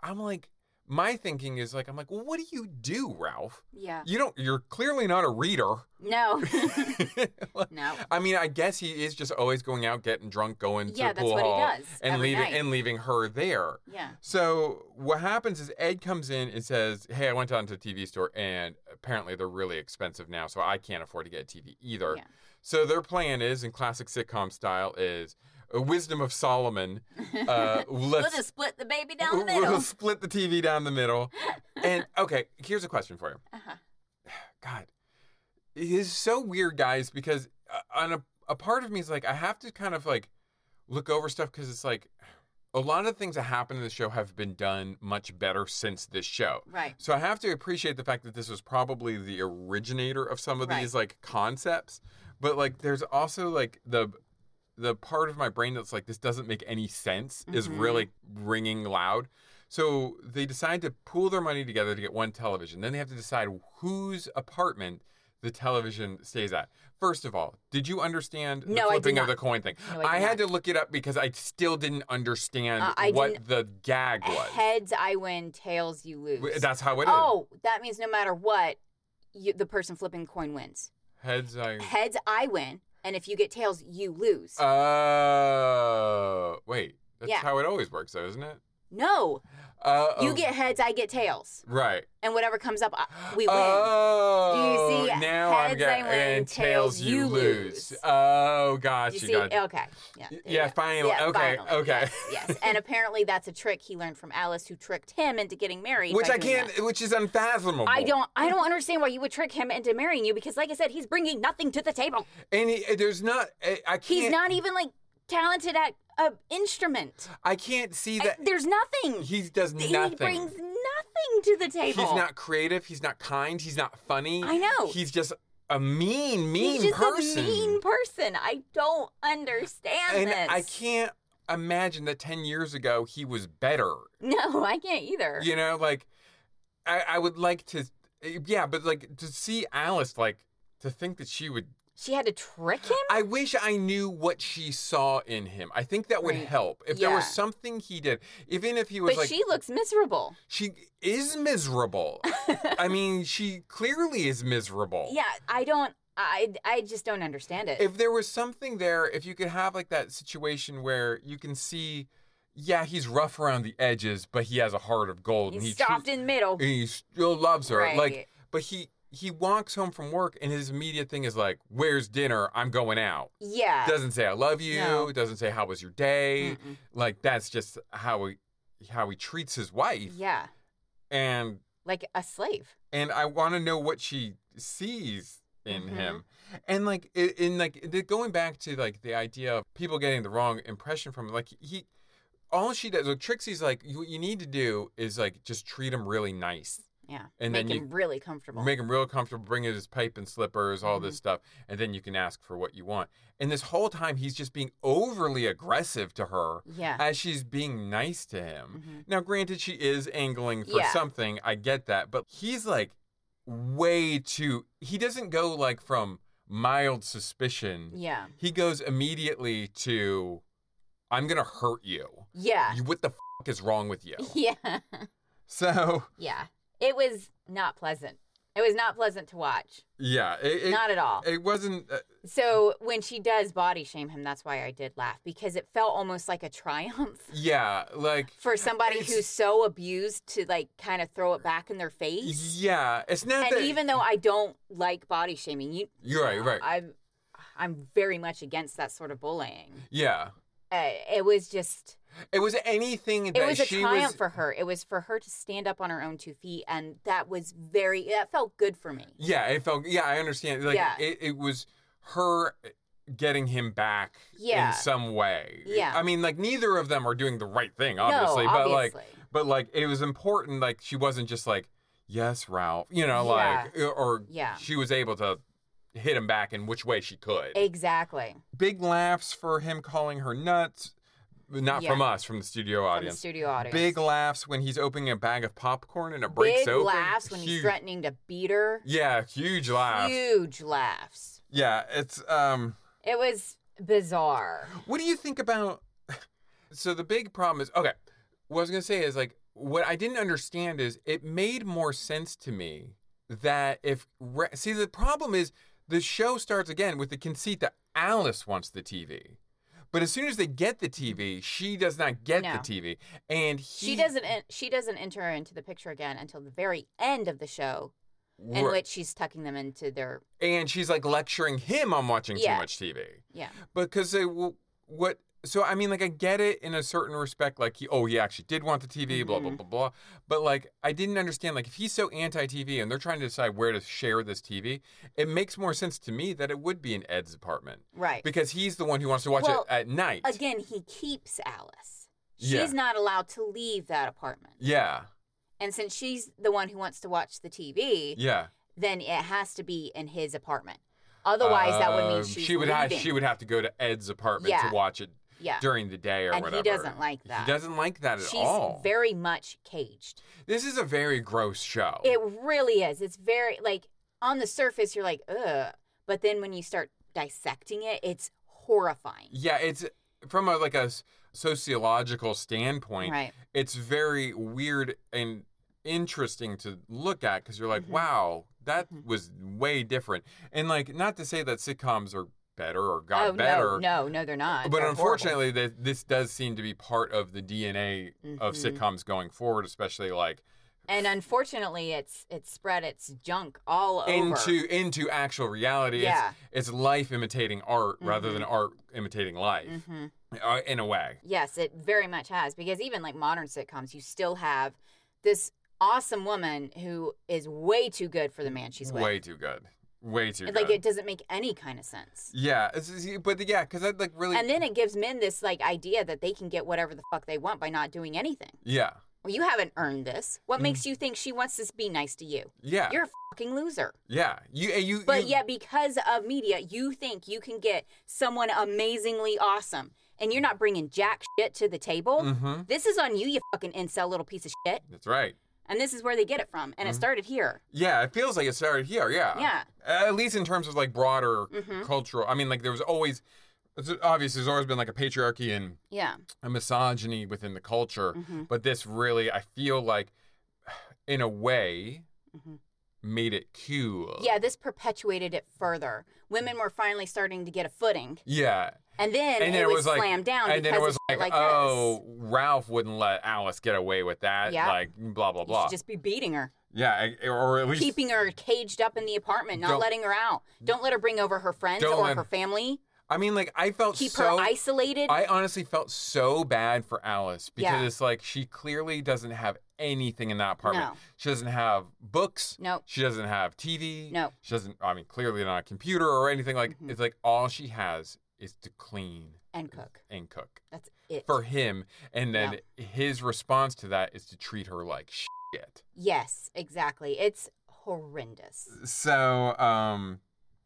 Speaker 3: I'm like, my thinking is like, I'm like, well, what do you do, Ralph?
Speaker 2: Yeah.
Speaker 3: You don't. You're clearly not a reader.
Speaker 2: No.
Speaker 3: Like,
Speaker 2: no.
Speaker 3: I mean, I guess he is just always going out, getting drunk, going
Speaker 2: Yeah,
Speaker 3: to the
Speaker 2: that's
Speaker 3: pool
Speaker 2: what he
Speaker 3: hall,
Speaker 2: does
Speaker 3: and
Speaker 2: every
Speaker 3: leaving
Speaker 2: night.
Speaker 3: and leaving her there.
Speaker 2: Yeah.
Speaker 3: So what happens is Ed comes in and says, "Hey, I went down to the TV store, and apparently they're really expensive now, so I can't afford to get a TV either."
Speaker 2: Yeah.
Speaker 3: So their plan is, in classic sitcom style, is uh, wisdom of Solomon. Uh,
Speaker 2: We'll
Speaker 3: let's
Speaker 2: just split the baby down the
Speaker 3: we'll
Speaker 2: middle.
Speaker 3: split the TV down the middle. And okay, here's a question for you.
Speaker 2: Uh-huh.
Speaker 3: God, it is so weird, guys, because uh, on a, a part of me is like, I have to kind of like look over stuff because it's like a lot of things that happen in the show have been done much better since this show.
Speaker 2: Right.
Speaker 3: So I have to appreciate the fact that this was probably the originator of some of
Speaker 2: Right.
Speaker 3: these like concepts, but like there's also like the the part of my brain that's like this doesn't make any sense is
Speaker 2: Mhm.
Speaker 3: really ringing loud. So they decide to pool their money together to get one television. Then they have to decide whose apartment the television stays at. First of all, did you understand the
Speaker 2: No, I did
Speaker 3: flipping of
Speaker 2: not.
Speaker 3: the coin thing?
Speaker 2: No, I did
Speaker 3: had to look it up because I still didn't understand
Speaker 2: Uh, I
Speaker 3: what
Speaker 2: didn't-
Speaker 3: the gag was.
Speaker 2: Heads I win, tails you lose.
Speaker 3: That's how it is.
Speaker 2: oh, that means no matter what, you, the person flipping the coin wins.
Speaker 3: Heads I
Speaker 2: Heads I win, and if you get tails, you lose.
Speaker 3: Uh, Oh, wait. That's
Speaker 2: Yeah.
Speaker 3: how it always works, though, isn't it?
Speaker 2: no,
Speaker 3: Uh,
Speaker 2: you get heads, I get tails,
Speaker 3: right.
Speaker 2: and whatever comes up, I- we win.
Speaker 3: Oh,
Speaker 2: Do you see?
Speaker 3: Now I'm
Speaker 2: Heads
Speaker 3: getting
Speaker 2: I win,
Speaker 3: and tails,
Speaker 2: tails
Speaker 3: you
Speaker 2: you
Speaker 3: lose.
Speaker 2: lose.
Speaker 3: Oh,
Speaker 2: Did
Speaker 3: gotcha,
Speaker 2: you see?
Speaker 3: gotcha.
Speaker 2: Okay. Yeah. there you
Speaker 3: yeah,
Speaker 2: go.
Speaker 3: finally.
Speaker 2: Yeah,
Speaker 3: okay,
Speaker 2: finally.
Speaker 3: okay.
Speaker 2: Yes, yes. and apparently that's a trick he learned from Alice, who tricked him into getting married.
Speaker 3: Which
Speaker 2: by
Speaker 3: I
Speaker 2: doing
Speaker 3: can't.
Speaker 2: that.
Speaker 3: Which is unfathomable.
Speaker 2: I don't. I don't understand why you would trick him into marrying you because, like I said, he's bringing nothing to the table.
Speaker 3: And he, eh, there's not. I, I can't.
Speaker 2: He's not even like talented at a instrument.
Speaker 3: I can't see
Speaker 2: I-
Speaker 3: that.
Speaker 2: there's nothing.
Speaker 3: he does
Speaker 2: He
Speaker 3: nothing.
Speaker 2: brings nothing. nothing to the table.
Speaker 3: He's not creative. He's not kind. He's not funny.
Speaker 2: I know.
Speaker 3: He's just a mean, mean
Speaker 2: He's just
Speaker 3: person.
Speaker 2: a mean person. I don't understand
Speaker 3: and
Speaker 2: this.
Speaker 3: I can't imagine that 10 years ago he was better.
Speaker 2: No, I can't either.
Speaker 3: You know, like, I, I would like to, yeah, but like to see Alice, like, to think that she would.
Speaker 2: She had to trick him.
Speaker 3: I wish I knew what she saw in him. I think that would
Speaker 2: Right.
Speaker 3: help. If there was
Speaker 2: Yeah.
Speaker 3: something he did, even if he was
Speaker 2: But
Speaker 3: like,
Speaker 2: she looks miserable.
Speaker 3: she is miserable. I mean, she clearly is miserable.
Speaker 2: Yeah, I don't. I I just don't understand it.
Speaker 3: if there was something there, if you could have like that situation where you can see, yeah, he's rough around the edges, but he has a heart of gold,
Speaker 2: He's
Speaker 3: and he
Speaker 2: soft
Speaker 3: choo-
Speaker 2: in the middle.
Speaker 3: and he still loves her.
Speaker 2: Right.
Speaker 3: Like, but he he walks home from work, and his immediate thing is like, "Where's dinner? I'm going out."
Speaker 2: Yeah.
Speaker 3: Doesn't say I love you.
Speaker 2: No. Mm.
Speaker 3: Doesn't say how was your day.
Speaker 2: Mm-mm.
Speaker 3: Like that's just how he how he treats his wife,
Speaker 2: Yeah, Mm-hmm.
Speaker 3: and
Speaker 2: like a slave.
Speaker 3: and I want to know what she sees in
Speaker 2: Mhm.
Speaker 3: him. And like i- in like the, going back to like the idea of people getting the wrong impression from him, like he all she does like Trixie's like you- what you need to do is like just treat him really nice.
Speaker 2: Yeah.
Speaker 3: And
Speaker 2: Make
Speaker 3: then
Speaker 2: him really comfortable.
Speaker 3: Make him real comfortable, bring in his pipe and slippers, all this stuff, and then you can ask for what you want. And this whole time he's just being overly aggressive to her
Speaker 2: yeah.
Speaker 3: as she's being nice to him.
Speaker 2: Mhm.
Speaker 3: Now, granted, she is angling for
Speaker 2: Yeah.
Speaker 3: something. I get that. But he's like way too. He doesn't go like from mild suspicion.
Speaker 2: Yeah.
Speaker 3: He goes immediately to, I'm going to hurt you.
Speaker 2: Yeah.
Speaker 3: you. What the f is wrong with you?
Speaker 2: Yeah.
Speaker 3: So,
Speaker 2: Yeah. It was not pleasant. It was not pleasant to watch.
Speaker 3: yeah. It, it-
Speaker 2: not at all.
Speaker 3: It wasn't. Uh,
Speaker 2: so when she does body shame him, that's why I did laugh because it felt almost like a triumph
Speaker 3: yeah. Like.
Speaker 2: for somebody
Speaker 3: It's-
Speaker 2: who's so abused to like kind of throw it back in their face.
Speaker 3: Yeah. It's not
Speaker 2: And
Speaker 3: that.
Speaker 2: even though I don't like body shaming, you
Speaker 3: You're right,
Speaker 2: know,
Speaker 3: right.
Speaker 2: I'm I'm very much against that sort of bullying.
Speaker 3: yeah.
Speaker 2: Uh, it was just
Speaker 3: It was anything that
Speaker 2: it was a
Speaker 3: she
Speaker 2: triumpp
Speaker 3: was.
Speaker 2: for her. It was for her to stand up on her own two feet, and that was very that felt good for me.
Speaker 3: Yeah, it felt. Yeah, I understand. Like
Speaker 2: Yeah.
Speaker 3: it, it was her getting him back
Speaker 2: Yeah.
Speaker 3: in some way.
Speaker 2: Yeah.
Speaker 3: I mean, like neither of them are doing the right thing, obviously. but like,
Speaker 2: obviously.
Speaker 3: but like it was important. Like she wasn't just like, yes, Ralph. You know, like or
Speaker 2: Yeah.
Speaker 3: she was able to hit him back in which way she could.
Speaker 2: Exactly.
Speaker 3: Big laughs for him calling her nuts. Not
Speaker 2: Yeah.
Speaker 3: from us, from the studio
Speaker 2: From the
Speaker 3: audience.
Speaker 2: studio audience.
Speaker 3: Big laughs when he's opening a bag of popcorn and it breaks
Speaker 2: Big
Speaker 3: open.
Speaker 2: laughs when he's
Speaker 3: Huge-
Speaker 2: threatening to beat her.
Speaker 3: Yeah, huge laugh.
Speaker 2: Huge laughs.
Speaker 3: Yeah, it's um
Speaker 2: It was bizarre.
Speaker 3: what do you think about so the big problem is okay, what I was gonna say is like what I didn't understand is it made more sense to me that if Ra- see the problem is the show starts again with the conceit that Alice wants the TV. But as soon as they get the TV, she does not get
Speaker 2: No.
Speaker 3: the TV. And he,
Speaker 2: She doesn't. en- She doesn't enter into the picture again until the very end of the show, in
Speaker 3: Right.
Speaker 2: which she's tucking them into their
Speaker 3: and she's like lecturing him on watching
Speaker 2: Yeah.
Speaker 3: too much TV.
Speaker 2: yeah.
Speaker 3: because they w- what so i mean like i get it in a certain respect like he oh he actually did want the tv blah
Speaker 2: Mm-hmm.
Speaker 3: blah blah blah but like i didn't understand like if he's so anti-tv and they're trying to decide where to share this tv it makes more sense to me that it would be in ed's apartment
Speaker 2: Right.
Speaker 3: because he's the one who wants to watch
Speaker 2: Well,
Speaker 3: it at night
Speaker 2: Again, he keeps Alice. She's
Speaker 3: Yeah.
Speaker 2: not allowed to leave that apartment.
Speaker 3: yeah
Speaker 2: And since she's the one who wants to watch the TV,
Speaker 3: yeah
Speaker 2: then it has to be in his apartment. Otherwise, that would mean
Speaker 3: Um,
Speaker 2: she's
Speaker 3: she would have
Speaker 2: leaving.
Speaker 3: she would have to go to ed's apartment
Speaker 2: Yeah.
Speaker 3: to watch it
Speaker 2: Yeah.
Speaker 3: during the day or
Speaker 2: And he
Speaker 3: whatever
Speaker 2: doesn't like that.
Speaker 3: he doesn't like that at
Speaker 2: She's
Speaker 3: all
Speaker 2: very much caged.
Speaker 3: this is a very gross show
Speaker 2: It really is. It's very like on the surface you're like, ugh, but then when you start dissecting it, it's horrifying.
Speaker 3: Yeah, it's from a like a s- sociological standpoint.
Speaker 2: Right.
Speaker 3: It's very weird and interesting to look at because you're like,
Speaker 2: Mm-hmm.
Speaker 3: wow, that was way different. And like, not to say that sitcoms are better or got
Speaker 2: oh
Speaker 3: better.
Speaker 2: no, no, no, they're not.
Speaker 3: But
Speaker 2: They're horrible.
Speaker 3: unfortunately, th- this does seem to be part of the DNA of
Speaker 2: Mhm.
Speaker 3: sitcoms going forward, especially like
Speaker 2: and unfortunately, it's it's spread its junk all over.
Speaker 3: into into actual reality.
Speaker 2: Yeah.
Speaker 3: It's, it's life imitating art rather
Speaker 2: Mhm.
Speaker 3: than art imitating life,
Speaker 2: Mhm.
Speaker 3: uh, in a way.
Speaker 2: Yes, it very much has because even like modern sitcoms, you still have this awesome woman who is way too good for the man she's with.
Speaker 3: Way too good. Way too
Speaker 2: And,
Speaker 3: good.
Speaker 2: like it doesn't make any kind of sense.
Speaker 3: Yeah, it's- it's- but yeah, because I'd like really.
Speaker 2: And then it gives men this like idea that they can get whatever the fuck they want by not doing anything.
Speaker 3: yeah,
Speaker 2: Well, you haven't earned this. What makes you think she wants to be nice to you?
Speaker 3: Mm-hmm. Yeah.
Speaker 2: You're a fucking loser.
Speaker 3: yeah. You and you
Speaker 2: But
Speaker 3: you-
Speaker 2: yet, because of media, you think you can get someone amazingly awesome, and you're not bringing jack shit to the table.
Speaker 3: Mhm.
Speaker 2: This is on you, you fucking incel little piece of shit.
Speaker 3: That's right.
Speaker 2: And this is where they get it from. And it
Speaker 3: Mm-hmm.
Speaker 2: started here.
Speaker 3: Yeah, it feels like it started here. Yeah.
Speaker 2: Yeah. Mm-hmm.
Speaker 3: At least in terms of like broader cultural. I mean, like there was always, it's obvious, there's always been like a patriarchy and
Speaker 2: Yeah.
Speaker 3: a misogyny within the culture.
Speaker 2: Mm-hmm.
Speaker 3: But this really, I feel like, in a way, made it cool.
Speaker 2: Mm-hmm. Yeah, this perpetuated it further. Women were finally starting to get a footing.
Speaker 3: Yeah.
Speaker 2: And then
Speaker 3: And
Speaker 2: it,
Speaker 3: then
Speaker 2: was, slammed down because
Speaker 3: and then it was
Speaker 2: of shit
Speaker 3: like,
Speaker 2: like,
Speaker 3: oh, Ralph wouldn't let Alice get away with that.
Speaker 2: Yeah.
Speaker 3: Like, blah, blah,
Speaker 2: this. You
Speaker 3: blah.
Speaker 2: should just be beating her.
Speaker 3: yeah. I- Or at least
Speaker 2: keeping her caged up in the apartment, not
Speaker 3: Don't-
Speaker 2: letting her out. Don't let her bring over her friends
Speaker 3: Don't
Speaker 2: or
Speaker 3: let-
Speaker 2: her family.
Speaker 3: I mean, like I felt
Speaker 2: Keep
Speaker 3: so.
Speaker 2: her isolated.
Speaker 3: I honestly felt so bad for Alice because
Speaker 2: Yeah.
Speaker 3: it's like she clearly doesn't have anything in that apartment.
Speaker 2: No.
Speaker 3: She doesn't have books.
Speaker 2: No.
Speaker 3: She doesn't have TV.
Speaker 2: No. Mm-hmm.
Speaker 3: She doesn't. I mean, clearly not a computer or anything. Like it's like all she has is to clean
Speaker 2: and cook.
Speaker 3: and cook
Speaker 2: That's it.
Speaker 3: for him, and then his response to that is to treat her like shit.
Speaker 2: yes, exactly. It's horrendous.
Speaker 3: So, um,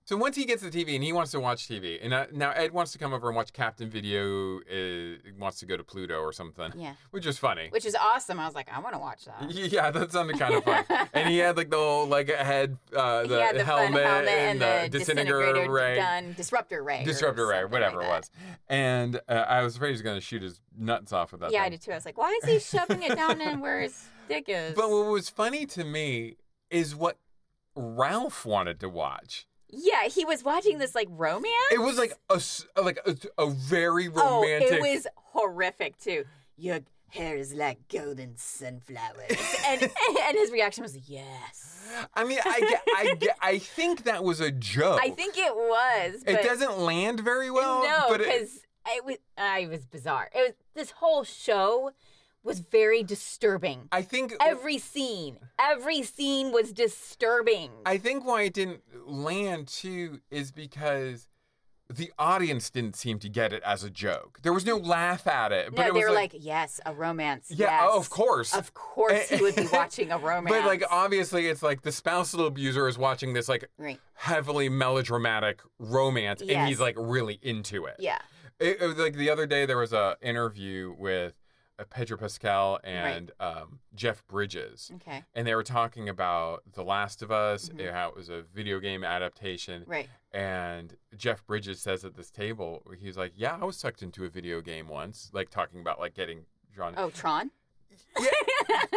Speaker 3: so once he gets the TV and he wants to watch TV, and uh, now Ed wants to come over and watch Captain Video. Uh, wants to go to Pluto or something.
Speaker 2: Yeah.
Speaker 3: which is funny.
Speaker 2: Which is awesome. I was like, I want to watch that.
Speaker 3: yeah, that sounded kind of fun. and he had like the whole like head, uh,
Speaker 2: He
Speaker 3: the,
Speaker 2: had the fun
Speaker 3: helmet, and, the disintegrator ray,
Speaker 2: gun, disruptor ray, or
Speaker 3: disruptor ray,
Speaker 2: something
Speaker 3: whatever
Speaker 2: like
Speaker 3: it was. And uh, I was afraid he was going to shoot his nuts off with
Speaker 2: that.
Speaker 3: that.
Speaker 2: Yeah, I
Speaker 3: thing.
Speaker 2: did too. I was like, why is he shoving it down in where his dick is?
Speaker 3: But what was funny to me is what Ralph wanted to watch.
Speaker 2: yeah, he was watching this like romance.
Speaker 3: It was like a s- like a, a very
Speaker 2: Oh,
Speaker 3: romantic.
Speaker 2: it was horrific too. Your hair is like golden sunflowers, and and his reaction was yes.
Speaker 3: I mean, I, ge- I, ge- I think that was a joke.
Speaker 2: I think it was. But
Speaker 3: Oh. it doesn't land very well.
Speaker 2: No,
Speaker 3: but it-
Speaker 2: because it was. I it was bizarre. It was this whole show was very disturbing.
Speaker 3: I think
Speaker 2: Every scene, every scene was disturbing.
Speaker 3: I think why it didn't land too is because the audience didn't seem to get it as a joke. There was no laugh at it.
Speaker 2: no,
Speaker 3: but
Speaker 2: they
Speaker 3: it was
Speaker 2: were like, yes, a romance.
Speaker 3: yeah,
Speaker 2: yes.
Speaker 3: oh, of course.
Speaker 2: Of course, he would be watching a romance.
Speaker 3: But like obviously it's like the spousal abuser is watching this like
Speaker 2: Right.
Speaker 3: heavily melodramatic romance and
Speaker 2: Yes.
Speaker 3: he's like really into it.
Speaker 2: yeah,
Speaker 3: It, it was like the other day there was a interview with uh, Pedro Pascal and um, Jeff Bridges.
Speaker 2: okay,
Speaker 3: And they were talking about The Last of Us, and how it was a video game adaptation.
Speaker 2: Mm-hmm. right.
Speaker 3: And Jeff Bridges says at this table, he's like, "Yeah, I was sucked into a video game once." Like talking about like getting drawn.
Speaker 2: Oh, Tron.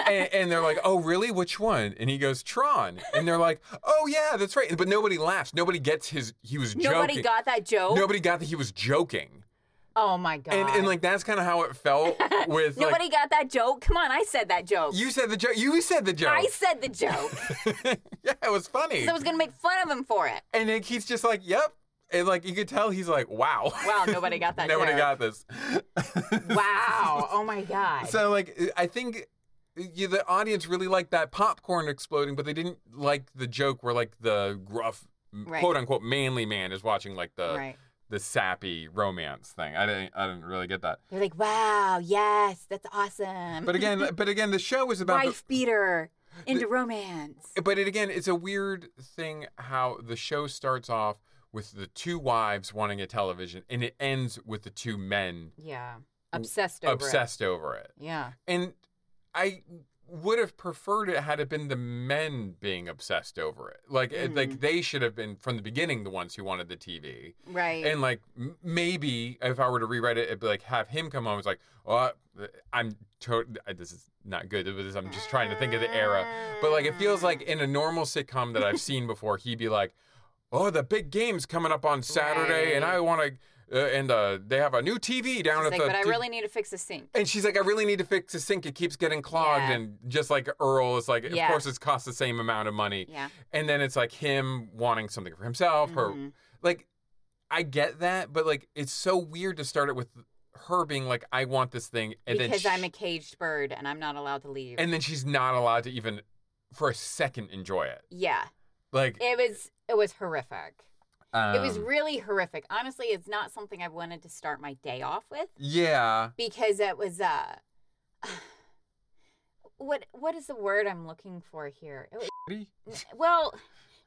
Speaker 3: And, and they're like, "Oh, really? Which one?" And he goes, "Tron." And they're like, "Oh yeah, that's right." But nobody laughs. Nobody gets his. He was joking.
Speaker 2: Nobody got that joke.
Speaker 3: Nobody got that he was joking.
Speaker 2: Oh my god.
Speaker 3: And and like that's kind of how it felt with like-
Speaker 2: nobody got that joke. Come on, I said that joke.
Speaker 3: you said the joke. You said the joke.
Speaker 2: I said the joke.
Speaker 3: yeah, it was funny.
Speaker 2: so I was gonna make fun of him for it.
Speaker 3: and then he's just like, "Yep." And like you could tell, he's like, "Wow."
Speaker 2: Wow, nobody got that
Speaker 3: nobody
Speaker 2: joke.
Speaker 3: got this.
Speaker 2: Wow. Oh my god.
Speaker 3: So like I think you, the audience really liked that popcorn exploding, but they didn't like the joke where like the gruff
Speaker 2: Right.
Speaker 3: quote unquote manly man is watching like the
Speaker 2: right.
Speaker 3: the sappy romance thing. I didn't I didn't really get that.
Speaker 2: They're like, wow, yes, that's awesome.
Speaker 3: But again, but again, the show is about.
Speaker 2: wife beater into romance.
Speaker 3: The, but it again, it's a weird thing how the show starts off with the two wives wanting a television, and it ends with the two men
Speaker 2: Yeah. Obsessed over. it.
Speaker 3: Mm, obsessed over it.
Speaker 2: Yeah.
Speaker 3: And I would have preferred it had it been the men being obsessed over it. Like it-
Speaker 2: Mm-hmm.
Speaker 3: like they should have been from the beginning the ones who wanted the TV.
Speaker 2: Right.
Speaker 3: And like m- maybe if I were to rewrite it, it'd be like have him come on. and was like, oh, I- I'm to- I- this is not good. But this, I'm just trying to think of the era. But like it feels like in a normal sitcom that I've seen before, he'd be like, oh, the big game's coming up on Saturday, and
Speaker 2: Right.
Speaker 3: I want to. Uh, and uh, they have a new TV
Speaker 2: She's
Speaker 3: down
Speaker 2: like,
Speaker 3: at the.
Speaker 2: but I
Speaker 3: t-
Speaker 2: really need to fix the sink.
Speaker 3: and she's like, I really need to fix the sink. It keeps getting clogged.
Speaker 2: Yeah.
Speaker 3: And just like Earl is like, of
Speaker 2: Yeah.
Speaker 3: course, it's cost the same amount of money.
Speaker 2: Yeah.
Speaker 3: And then it's like him wanting something for himself. Her,
Speaker 2: Mhm.
Speaker 3: like, I get that, but like, it's so weird to start it with her being like, I want this thing. And
Speaker 2: because
Speaker 3: then
Speaker 2: I'm a caged bird and I'm not allowed to leave.
Speaker 3: and then she's not allowed to even for a second enjoy it.
Speaker 2: yeah.
Speaker 3: Like,
Speaker 2: It was it was horrific. It was
Speaker 3: um,
Speaker 2: really horrific. Honestly, it's not something I wanted to start my day off with
Speaker 3: yeah.
Speaker 2: because it was uh what what is the word I'm looking for here? It was-
Speaker 3: Shitty?
Speaker 2: Well,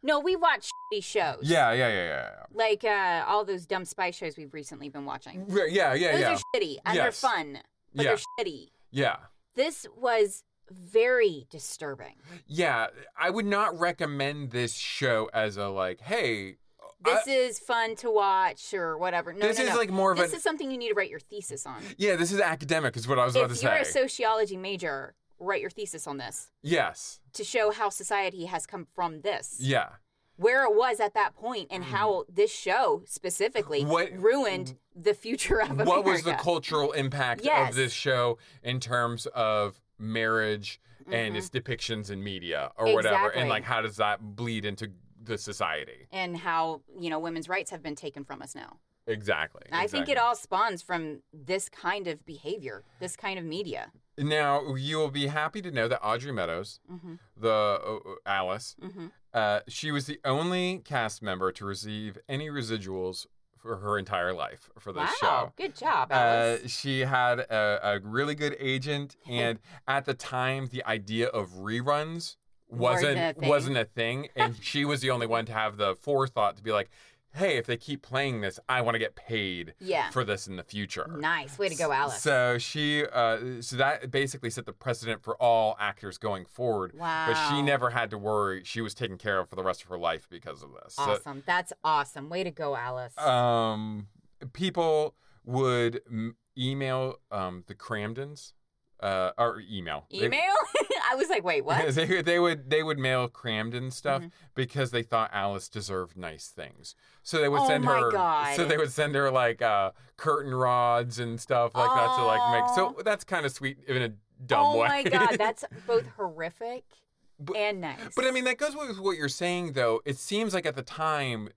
Speaker 2: no, we watch shitty shows.
Speaker 3: Yeah, yeah, yeah, yeah.
Speaker 2: Like uh, all those dumb spy shows we've recently been watching.
Speaker 3: Yeah, yeah, Mm, yeah,
Speaker 2: those
Speaker 3: yeah.
Speaker 2: are shitty and they're
Speaker 3: Yes.
Speaker 2: fun, but
Speaker 3: Yeah.
Speaker 2: they're shitty.
Speaker 3: yeah.
Speaker 2: This was very disturbing.
Speaker 3: Yeah, I would not recommend this show as a like, hey,
Speaker 2: This is fun to watch or whatever. No,
Speaker 3: this
Speaker 2: no,
Speaker 3: is
Speaker 2: no.
Speaker 3: like more of
Speaker 2: this
Speaker 3: an
Speaker 2: is something you need to write your thesis on.
Speaker 3: yeah, this is academic, is what I was about to
Speaker 2: If you're
Speaker 3: say.
Speaker 2: a sociology major, write your thesis on this
Speaker 3: yes,
Speaker 2: to show how society has come from this.
Speaker 3: yeah,
Speaker 2: where it was at that point and how this show specifically
Speaker 3: Mm-hmm. What-
Speaker 2: ruined the future of America.
Speaker 3: what was the cultural impact
Speaker 2: Yes.
Speaker 3: of this show in terms of marriage and
Speaker 2: Mhm.
Speaker 3: its depictions in media or whatever, and
Speaker 2: Exactly.
Speaker 3: like how does that bleed into the society?
Speaker 2: and how you know women's rights have been taken from us now.
Speaker 3: Exactly.
Speaker 2: I think
Speaker 3: exactly.
Speaker 2: it all spawns from this kind of behavior, this kind of media.
Speaker 3: Now you will be happy to know that Audrey Meadows,
Speaker 2: hmm
Speaker 3: the uh, uh, Alice,
Speaker 2: hmm
Speaker 3: Uh, she was the only cast member to receive any residuals for her entire life for this
Speaker 2: Wow,
Speaker 3: show.
Speaker 2: good job,
Speaker 3: Uh,
Speaker 2: Alice.
Speaker 3: she had a, a really good agent, and at the time, the idea of reruns
Speaker 2: Wasn't a
Speaker 3: wasn't
Speaker 2: thing.
Speaker 3: wasn't a thing, and she was the only one to have the forethought to be like, "Hey, if they keep playing this, I want to get paid
Speaker 2: yeah,
Speaker 3: for this in the future."
Speaker 2: nice way to go, Alice.
Speaker 3: So she, uh, so that basically set the precedent for all actors going forward.
Speaker 2: wow,
Speaker 3: But she never had to worry. She was taken care of for the rest of her life because of this. So,
Speaker 2: Awesome, that's awesome. Way to go, Alice.
Speaker 3: um, people would m- email um, the Cramdens, uh, or email. They-
Speaker 2: Email? I was like, wait, what?
Speaker 3: They, they would they would mail Cramden stuff
Speaker 2: Mhm.
Speaker 3: because they thought Alice deserved nice things. So they would
Speaker 2: Oh
Speaker 3: send
Speaker 2: my
Speaker 3: her
Speaker 2: God.
Speaker 3: so they would send her like uh, curtain rods and stuff like that to like make
Speaker 2: Aw.
Speaker 3: so that's kind of sweet in a dumb
Speaker 2: oh
Speaker 3: way.
Speaker 2: my god, that's both horrific
Speaker 3: But-
Speaker 2: and nice.
Speaker 3: But I mean, that goes with what you're saying, though. It seems like at the time,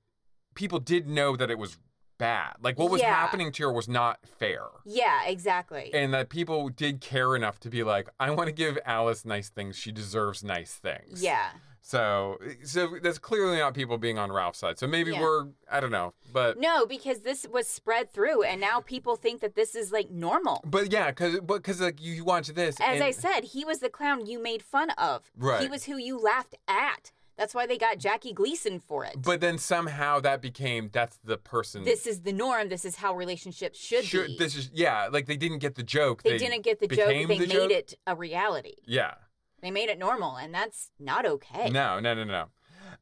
Speaker 3: people did know that it was bad. Like what was
Speaker 2: Yeah.
Speaker 3: happening to her was not fair.
Speaker 2: yeah, exactly.
Speaker 3: And that people did care enough to be like, I want to give Alice nice things. She deserves nice things.
Speaker 2: Yeah.
Speaker 3: So, eh, so that's clearly not people being on Ralph's side. So maybe
Speaker 2: Yeah.
Speaker 3: we're, I don't know, but
Speaker 2: No, because this was spread through and now people think that this is like normal.
Speaker 3: but yeah, because but because like you you watch this.
Speaker 2: As
Speaker 3: and-
Speaker 2: I said, he was the clown you made fun of. He
Speaker 3: Right.
Speaker 2: was who you laughed at. That's why they got Jackie Gleason for it.
Speaker 3: But then somehow that became that's the person.
Speaker 2: this is the norm. This is how relationships should,
Speaker 3: should-
Speaker 2: be.
Speaker 3: This is yeah, like they didn't get the joke.
Speaker 2: they, didn't get the joke. They
Speaker 3: became the
Speaker 2: made
Speaker 3: joke.
Speaker 2: it a reality.
Speaker 3: Yeah.
Speaker 2: They made it normal, and that's not okay.
Speaker 3: No, no, no, no.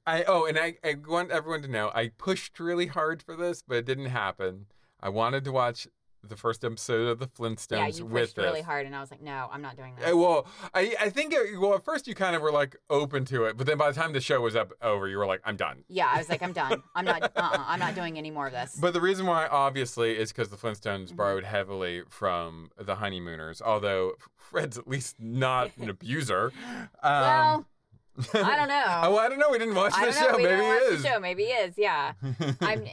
Speaker 3: I oh, and I, I want everyone to know I pushed really hard for this, but it didn't happen. I wanted to watch the first episode of the Flintstones
Speaker 2: yeah, you
Speaker 3: with
Speaker 2: pushed
Speaker 3: this.
Speaker 2: really hard, and I was like, no, I'm not doing
Speaker 3: Uh,
Speaker 2: that.
Speaker 3: well, I I think it, well at first you kind of were like open to it, but then by the time the show was up over, you were like, I'm done.
Speaker 2: yeah, I was like, I'm done. I'm not. Uh-uh, I'm not doing any more of this.
Speaker 3: But the reason why, obviously, is because the Flintstones
Speaker 2: Mhm.
Speaker 3: borrowed heavily from the Honeymooners. Although Fred's at least not an abuser.
Speaker 2: well,
Speaker 3: Um,
Speaker 2: I don't know.
Speaker 3: oh, I don't know. We didn't watch
Speaker 2: I
Speaker 3: the
Speaker 2: don't know.
Speaker 3: show.
Speaker 2: We
Speaker 3: Maybe
Speaker 2: don't watch
Speaker 3: it is.
Speaker 2: The show. Maybe he is. Yeah. I'm.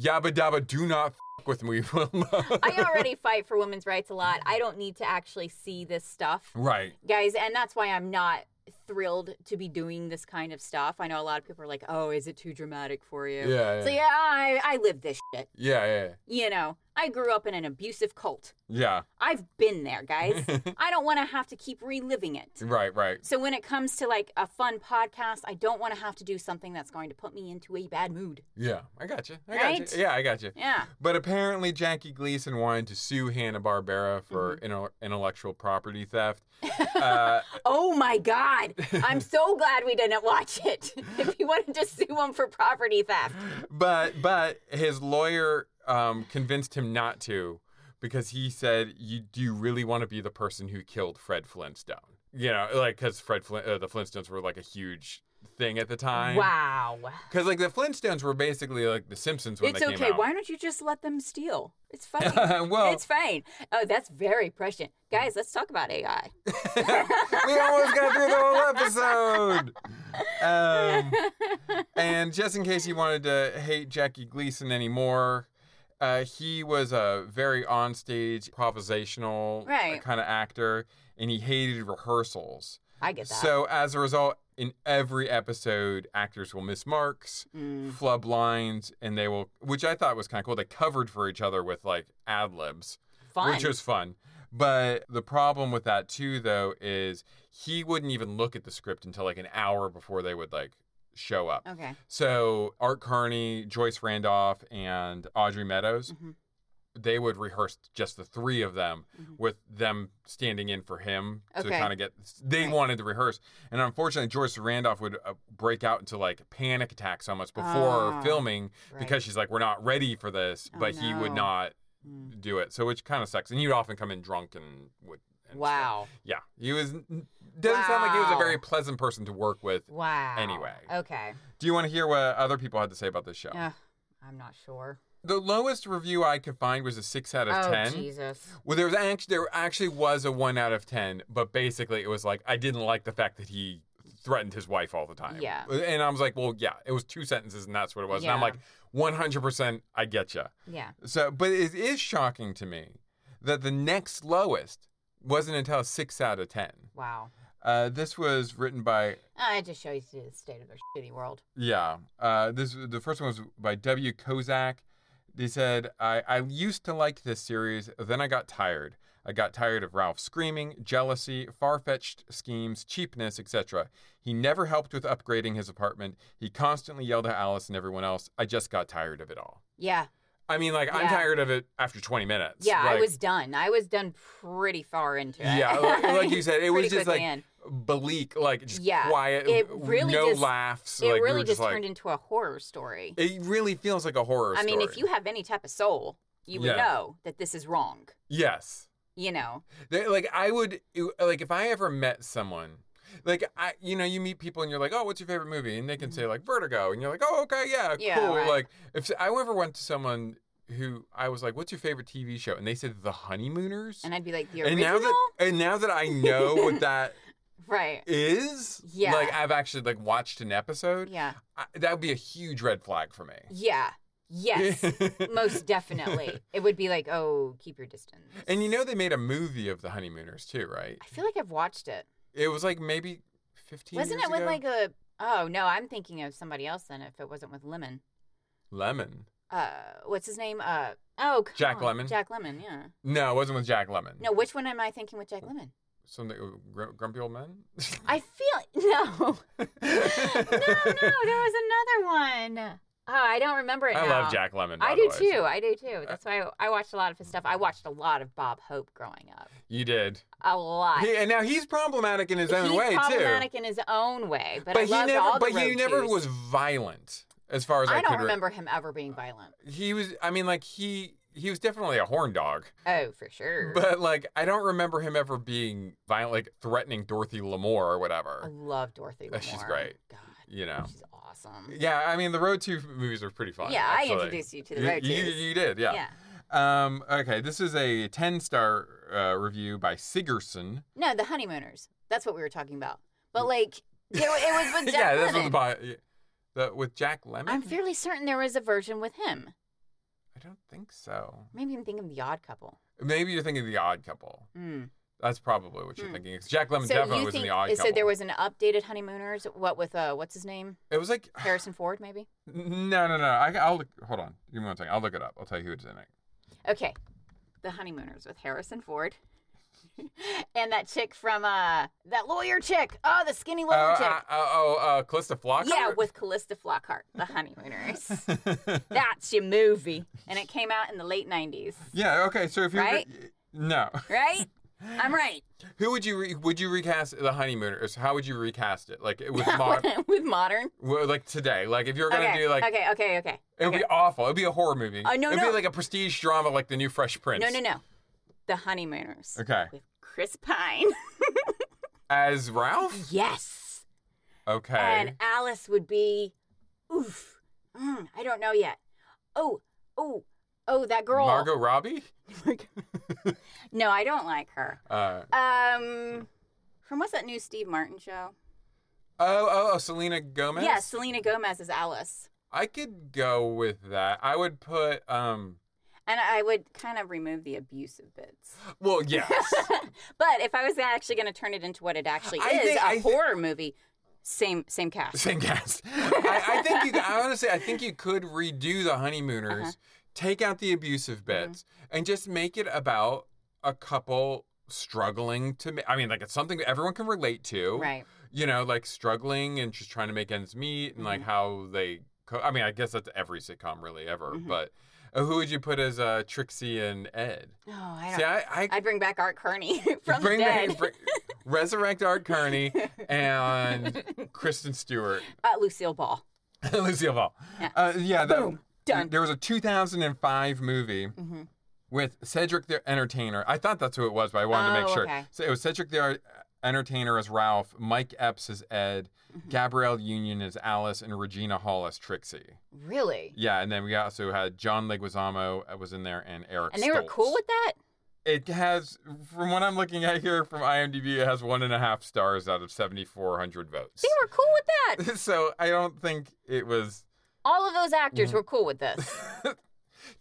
Speaker 3: Yabba dabba, do not f- with me, Wilma.
Speaker 2: I already fight for women's rights a lot. I don't need to actually see this stuff,
Speaker 3: right.
Speaker 2: guys, and that's why I'm not thrilled to be doing this kind of stuff. I know a lot of people are like, "Oh, is it too dramatic for you?"
Speaker 3: Yeah. Yeah.
Speaker 2: So yeah, I I live this shit.
Speaker 3: yeah. Yeah.
Speaker 2: You know, I grew up in an abusive cult.
Speaker 3: Yeah.
Speaker 2: I've been there, guys. I don't want to have to keep reliving it.
Speaker 3: Right. Right.
Speaker 2: So when it comes to like a fun podcast, I don't want to have to do something that's going to put me into a bad mood.
Speaker 3: Yeah. I got you. I got
Speaker 2: Right?
Speaker 3: you. Yeah. I got you.
Speaker 2: Yeah.
Speaker 3: But apparently, Jackie Gleason wanted to sue Hanna Barbera for
Speaker 2: Mm-hmm.
Speaker 3: intel- intellectual property theft. Uh,
Speaker 2: Oh my God. I'm so glad we didn't watch it. if you wanted to sue him for property theft.
Speaker 3: but but his lawyer um, convinced him not to because he said, "You do you really want to be the person who killed Fred Flintstone?" You know, like because Fred Flint, uh, the Flintstones were like a huge thing at the time.
Speaker 2: Wow.
Speaker 3: Because like the Flintstones were basically like the Simpsons when
Speaker 2: it's
Speaker 3: they came
Speaker 2: okay.
Speaker 3: out.
Speaker 2: Why don't you just let them steal? It's fine.
Speaker 3: Well-
Speaker 2: it's fine. Oh, that's very prescient. Guys, let's talk about AI.
Speaker 3: we almost got through the whole episode. Um, and just in case you wanted to hate Jackie Gleason anymore, uh, he was a very onstage, improvisational
Speaker 2: Right.
Speaker 3: kind of actor, and he hated rehearsals.
Speaker 2: I get that.
Speaker 3: So as a result, in every episode, actors will miss marks,
Speaker 2: Mm.
Speaker 3: flub lines, and they will, which I thought was kind of cool. They covered for each other with like ad libs
Speaker 2: Fun.
Speaker 3: which was fun. But the problem with that too, though, is he wouldn't even look at the script until like an hour before they would like show up.
Speaker 4: Okay.
Speaker 3: So Art Carney, Joyce Randolph, and Audrey Meadows,
Speaker 4: Mhm.
Speaker 3: they would rehearse just the three of them
Speaker 4: Mhm.
Speaker 3: with them standing in for him to
Speaker 4: Okay.
Speaker 3: kind of get. They
Speaker 4: Right.
Speaker 3: wanted to rehearse, and unfortunately, Joyce Randolph would uh, break out into like panic attacks almost before
Speaker 4: Ah,
Speaker 3: filming
Speaker 4: right.
Speaker 3: because she's like, "We're not ready for this,"
Speaker 4: Oh,
Speaker 3: but he would
Speaker 4: no.
Speaker 3: not
Speaker 4: Mm.
Speaker 3: do it. So which kind of sucks. And he'd often come in drunk and would. and stuff.
Speaker 2: Wow.
Speaker 3: Yeah, he was. Doesn't sound like he was a
Speaker 2: Wow.
Speaker 3: very pleasant person to work with.
Speaker 2: Wow.
Speaker 3: Anyway.
Speaker 2: Okay.
Speaker 3: Do you want to hear what other people had to say about this show?
Speaker 2: Ugh, I'm not sure.
Speaker 3: The lowest review I could find was a six out of
Speaker 2: oh,
Speaker 3: ten.
Speaker 2: Jesus.
Speaker 3: Well, there was actually there actually was a one out of ten, but basically it was like I didn't like the fact that he threatened his wife all the time.
Speaker 2: Yeah.
Speaker 3: and I was like, well, yeah, it was two sentences, and that's what it was. And I'm
Speaker 2: Yeah.
Speaker 3: like, one hundred percent, I get you.
Speaker 2: Yeah.
Speaker 3: So, but it is shocking to me that the next lowest wasn't until six out of ten.
Speaker 2: Wow.
Speaker 3: Uh, this was written by
Speaker 2: Uh, it just shows you the state of their shitty world.
Speaker 3: Yeah. Uh, this the first one was by W. Kozak. They said, I, I used to like this series, then I got tired. I got tired of Ralph screaming, jealousy, far fetched schemes, cheapness, etc. He never helped with upgrading his apartment. He constantly yelled at Alice and everyone else. I just got tired of it all.
Speaker 2: Yeah.
Speaker 3: I mean, like, I'm
Speaker 2: Yeah.
Speaker 3: tired of it after 20 minutes.
Speaker 2: Yeah. I
Speaker 3: Like,
Speaker 2: was done. I was done pretty far into it.
Speaker 3: Yeah, like, like you said, it was
Speaker 2: Pretty
Speaker 3: just
Speaker 2: quick
Speaker 3: like
Speaker 2: in.
Speaker 3: bleak, like just
Speaker 2: Yeah,
Speaker 3: quiet,
Speaker 2: it
Speaker 3: w-
Speaker 2: really
Speaker 3: no
Speaker 2: just-
Speaker 3: laughs.
Speaker 2: it
Speaker 3: like, we were
Speaker 2: really just,
Speaker 3: like-
Speaker 2: turned into a horror story.
Speaker 3: It really feels like a horror
Speaker 2: I
Speaker 3: story.
Speaker 2: mean, if you have any type of soul, you would
Speaker 3: Yeah.
Speaker 2: know that this is wrong.
Speaker 3: Yes.
Speaker 2: You know.
Speaker 3: They- like I would like if I ever met someone like I you know you meet people and you're like oh what's your favorite movie and they can say like Vertigo and you're like oh okay yeah,
Speaker 2: Yeah,
Speaker 3: cool
Speaker 2: right.
Speaker 3: like if I ever went to someone who I was like what's your favorite TV show and they said The Honeymooners
Speaker 2: And I'd be like, the
Speaker 3: And
Speaker 2: original,
Speaker 3: now that and now that I know what that
Speaker 2: right?
Speaker 3: is
Speaker 2: Yeah.
Speaker 3: like I've actually like watched an episode
Speaker 2: Yeah.
Speaker 3: I, that would be a huge red flag for me
Speaker 2: Yeah. Yes. Most definitely. It would be like, oh, keep your distance.
Speaker 3: and you know they made a movie of The Honeymooners too right
Speaker 2: I feel like I've watched it.
Speaker 3: it was like maybe 15
Speaker 2: Wasn't
Speaker 3: years
Speaker 2: it with
Speaker 3: ago.
Speaker 2: like a? Oh no, I'm thinking of somebody else. Then if it wasn't with Lemon,
Speaker 3: Lemon
Speaker 2: uh, what's his name? Uh, oh, come
Speaker 3: Jack
Speaker 2: on,
Speaker 3: Lemmon?
Speaker 2: Jack Lemon. Yeah.
Speaker 3: No, it wasn't with Jack Lemon.
Speaker 2: No, which one am I thinking with Jack Lemon?
Speaker 3: Something gr- grumpy old men.
Speaker 2: I feel no, no, no. There was another one. Oh, I don't remember it.
Speaker 3: I
Speaker 2: now.
Speaker 3: love Jack Lemon.
Speaker 2: I
Speaker 3: by the
Speaker 2: do
Speaker 3: way,
Speaker 2: too.
Speaker 3: so-
Speaker 2: I do too. That's why I, I watched a lot of his stuff. I watched a lot of Bob Hope growing up.
Speaker 3: You did.
Speaker 2: A lot.
Speaker 3: He, and now he's problematic in his own
Speaker 2: he's
Speaker 3: way
Speaker 2: problematic
Speaker 3: too.
Speaker 2: in his own way, but, I
Speaker 3: But he
Speaker 2: loved all
Speaker 3: never.
Speaker 2: the
Speaker 3: But he
Speaker 2: road
Speaker 3: never
Speaker 2: shoes.
Speaker 3: was violent, as far as I,
Speaker 2: I, don't
Speaker 3: could re-
Speaker 2: remember him ever being violent.
Speaker 3: He was. I mean, like he. He was definitely a horn dog,
Speaker 2: Oh, for sure.
Speaker 3: but like I don't remember him ever being violent, like threatening Dorothy L'Amour or
Speaker 2: I
Speaker 3: whatever.
Speaker 2: love Dorothy.
Speaker 3: Uh, she's
Speaker 2: L'Amour.
Speaker 3: great.
Speaker 2: God,
Speaker 3: You know.
Speaker 2: she's awesome.
Speaker 3: Yeah, I mean the Road Two movies are pretty fun.
Speaker 2: yeah,
Speaker 3: actually.
Speaker 2: I introduced you to the
Speaker 3: You-
Speaker 2: road
Speaker 3: you,
Speaker 2: shoes.
Speaker 3: you did, yeah. Um, okay, this is a 10 star uh, review by Sigerson.
Speaker 2: No, the honeymooners. That's what we were talking about. But like, there, it was with Jack
Speaker 3: Mm. yeah,
Speaker 2: Lemmon.
Speaker 3: that's what the, bio- yeah. the with Jack Lemon.
Speaker 2: I'm fairly certain there was a version with him.
Speaker 3: I don't think so.
Speaker 2: Maybe I'm thinking of the Odd Couple.
Speaker 3: Maybe you're thinking of The Odd Couple.
Speaker 2: Hmm.
Speaker 3: That's probably what you're
Speaker 2: Hmm.
Speaker 3: thinking. 'cause Jack Lemon
Speaker 2: So
Speaker 3: definitely
Speaker 2: you
Speaker 3: was
Speaker 2: think
Speaker 3: in The Odd
Speaker 2: so?
Speaker 3: Couple.
Speaker 2: There was an updated honeymooners. What with uh, what's his name?
Speaker 3: It was like
Speaker 2: Harrison Ford, maybe.
Speaker 3: no, no, no. I, I'll look. Hold on. Give me one second. I'll look it up. I'll tell you who's in it.
Speaker 2: Okay, the honeymooners with Harrison Ford. and that chick from uh that lawyer chick oh the skinny
Speaker 3: Oh,
Speaker 2: lawyer chick
Speaker 3: uh, oh, uh, Calista Flockhart.
Speaker 2: Yeah, with Callista Flockhart, The Honeymooners. That's your movie. And it came out in the late 90s,
Speaker 3: yeah. Okay. So if you
Speaker 2: Right?
Speaker 3: no,
Speaker 2: right? I'm right.
Speaker 3: who would you re- would you recast the Honeymooners? How would you recast it? Like with mod,
Speaker 2: With modern.
Speaker 3: well, like today? Like if you're gonna
Speaker 2: okay.
Speaker 3: do like
Speaker 2: okay, okay, okay.
Speaker 3: It would
Speaker 2: okay.
Speaker 3: be awful. It'd be a horror movie.
Speaker 2: Uh, no,
Speaker 3: It'd be
Speaker 2: no.
Speaker 3: like a prestige drama, like the new Fresh Prince.
Speaker 2: No, no, no. The Honeymooners.
Speaker 3: Okay.
Speaker 2: With Chris Pine.
Speaker 3: As Ralph.
Speaker 2: yes.
Speaker 3: Okay.
Speaker 2: And Alice would be, oof. Mm, I don't know yet. Oh, oh, oh, that girl.
Speaker 3: Margot Robbie.
Speaker 2: No, I don't like her.
Speaker 3: Uh,
Speaker 2: Um, from what's that new Steve Martin show?
Speaker 3: oh, oh, oh, Selena Gomez.
Speaker 2: Yeah, Selena Gomez is Alice.
Speaker 3: I could go with that. I would put. um
Speaker 2: And I would kind of remove the abusive bits.
Speaker 3: Well, yes.
Speaker 2: But if I was actually going to turn it into what it actually
Speaker 3: I
Speaker 2: is,
Speaker 3: think-
Speaker 2: a
Speaker 3: I thi-
Speaker 2: horror movie, same same cast.
Speaker 3: Same cast. I, I think you. I honestly, I think you could redo the honeymooners,
Speaker 2: Uh-huh. Mm-hmm.
Speaker 3: take out the abusive bits, and just make it about a couple struggling to ma- I mean like it's something that everyone can relate to.
Speaker 2: Right.
Speaker 3: You know, like struggling and just trying to make ends meet and
Speaker 2: Mm-hmm.
Speaker 3: like how they co- I mean, I guess that's every sitcom really ever,
Speaker 2: Mhm.
Speaker 3: but uh, who would you put as uh, Trixie and Ed?
Speaker 2: No, Oh, I don't.
Speaker 3: See, I, I
Speaker 2: I'd bring back Art Kearney from
Speaker 3: bring
Speaker 2: the
Speaker 3: back-
Speaker 2: dead.
Speaker 3: bring- resurrect Art Kearney and Kristen Stewart,
Speaker 2: uh, Lucille Ball.
Speaker 3: Lucille Ball.
Speaker 2: Yeah.
Speaker 3: Uh, yeah, that-
Speaker 2: Boom. Done.
Speaker 3: There was a 2005 movie
Speaker 2: hmm
Speaker 3: with Cedric the Entertainer. I thought that's who it was, but I wanted to
Speaker 2: Oh,
Speaker 3: make sure.
Speaker 2: okay.
Speaker 3: So it was Cedric the Ar- Entertainer as Ralph, Mike Epps as Ed,
Speaker 2: Mm-hmm.
Speaker 3: Gabrielle Union as Alice, and Regina Hall as Trixie.
Speaker 2: Really?
Speaker 3: Yeah, and then we also had John Leguizamo uh, was in there and Eric.
Speaker 2: And they were
Speaker 3: Stoltz.
Speaker 2: cool with that?
Speaker 3: It has, from what I'm looking at here from IMDb, it has one and a half stars out of 7,400 votes.
Speaker 2: They were cool with that.
Speaker 3: so I don't think it was.
Speaker 2: All of those actors
Speaker 3: Mm-hmm.
Speaker 2: were cool with this.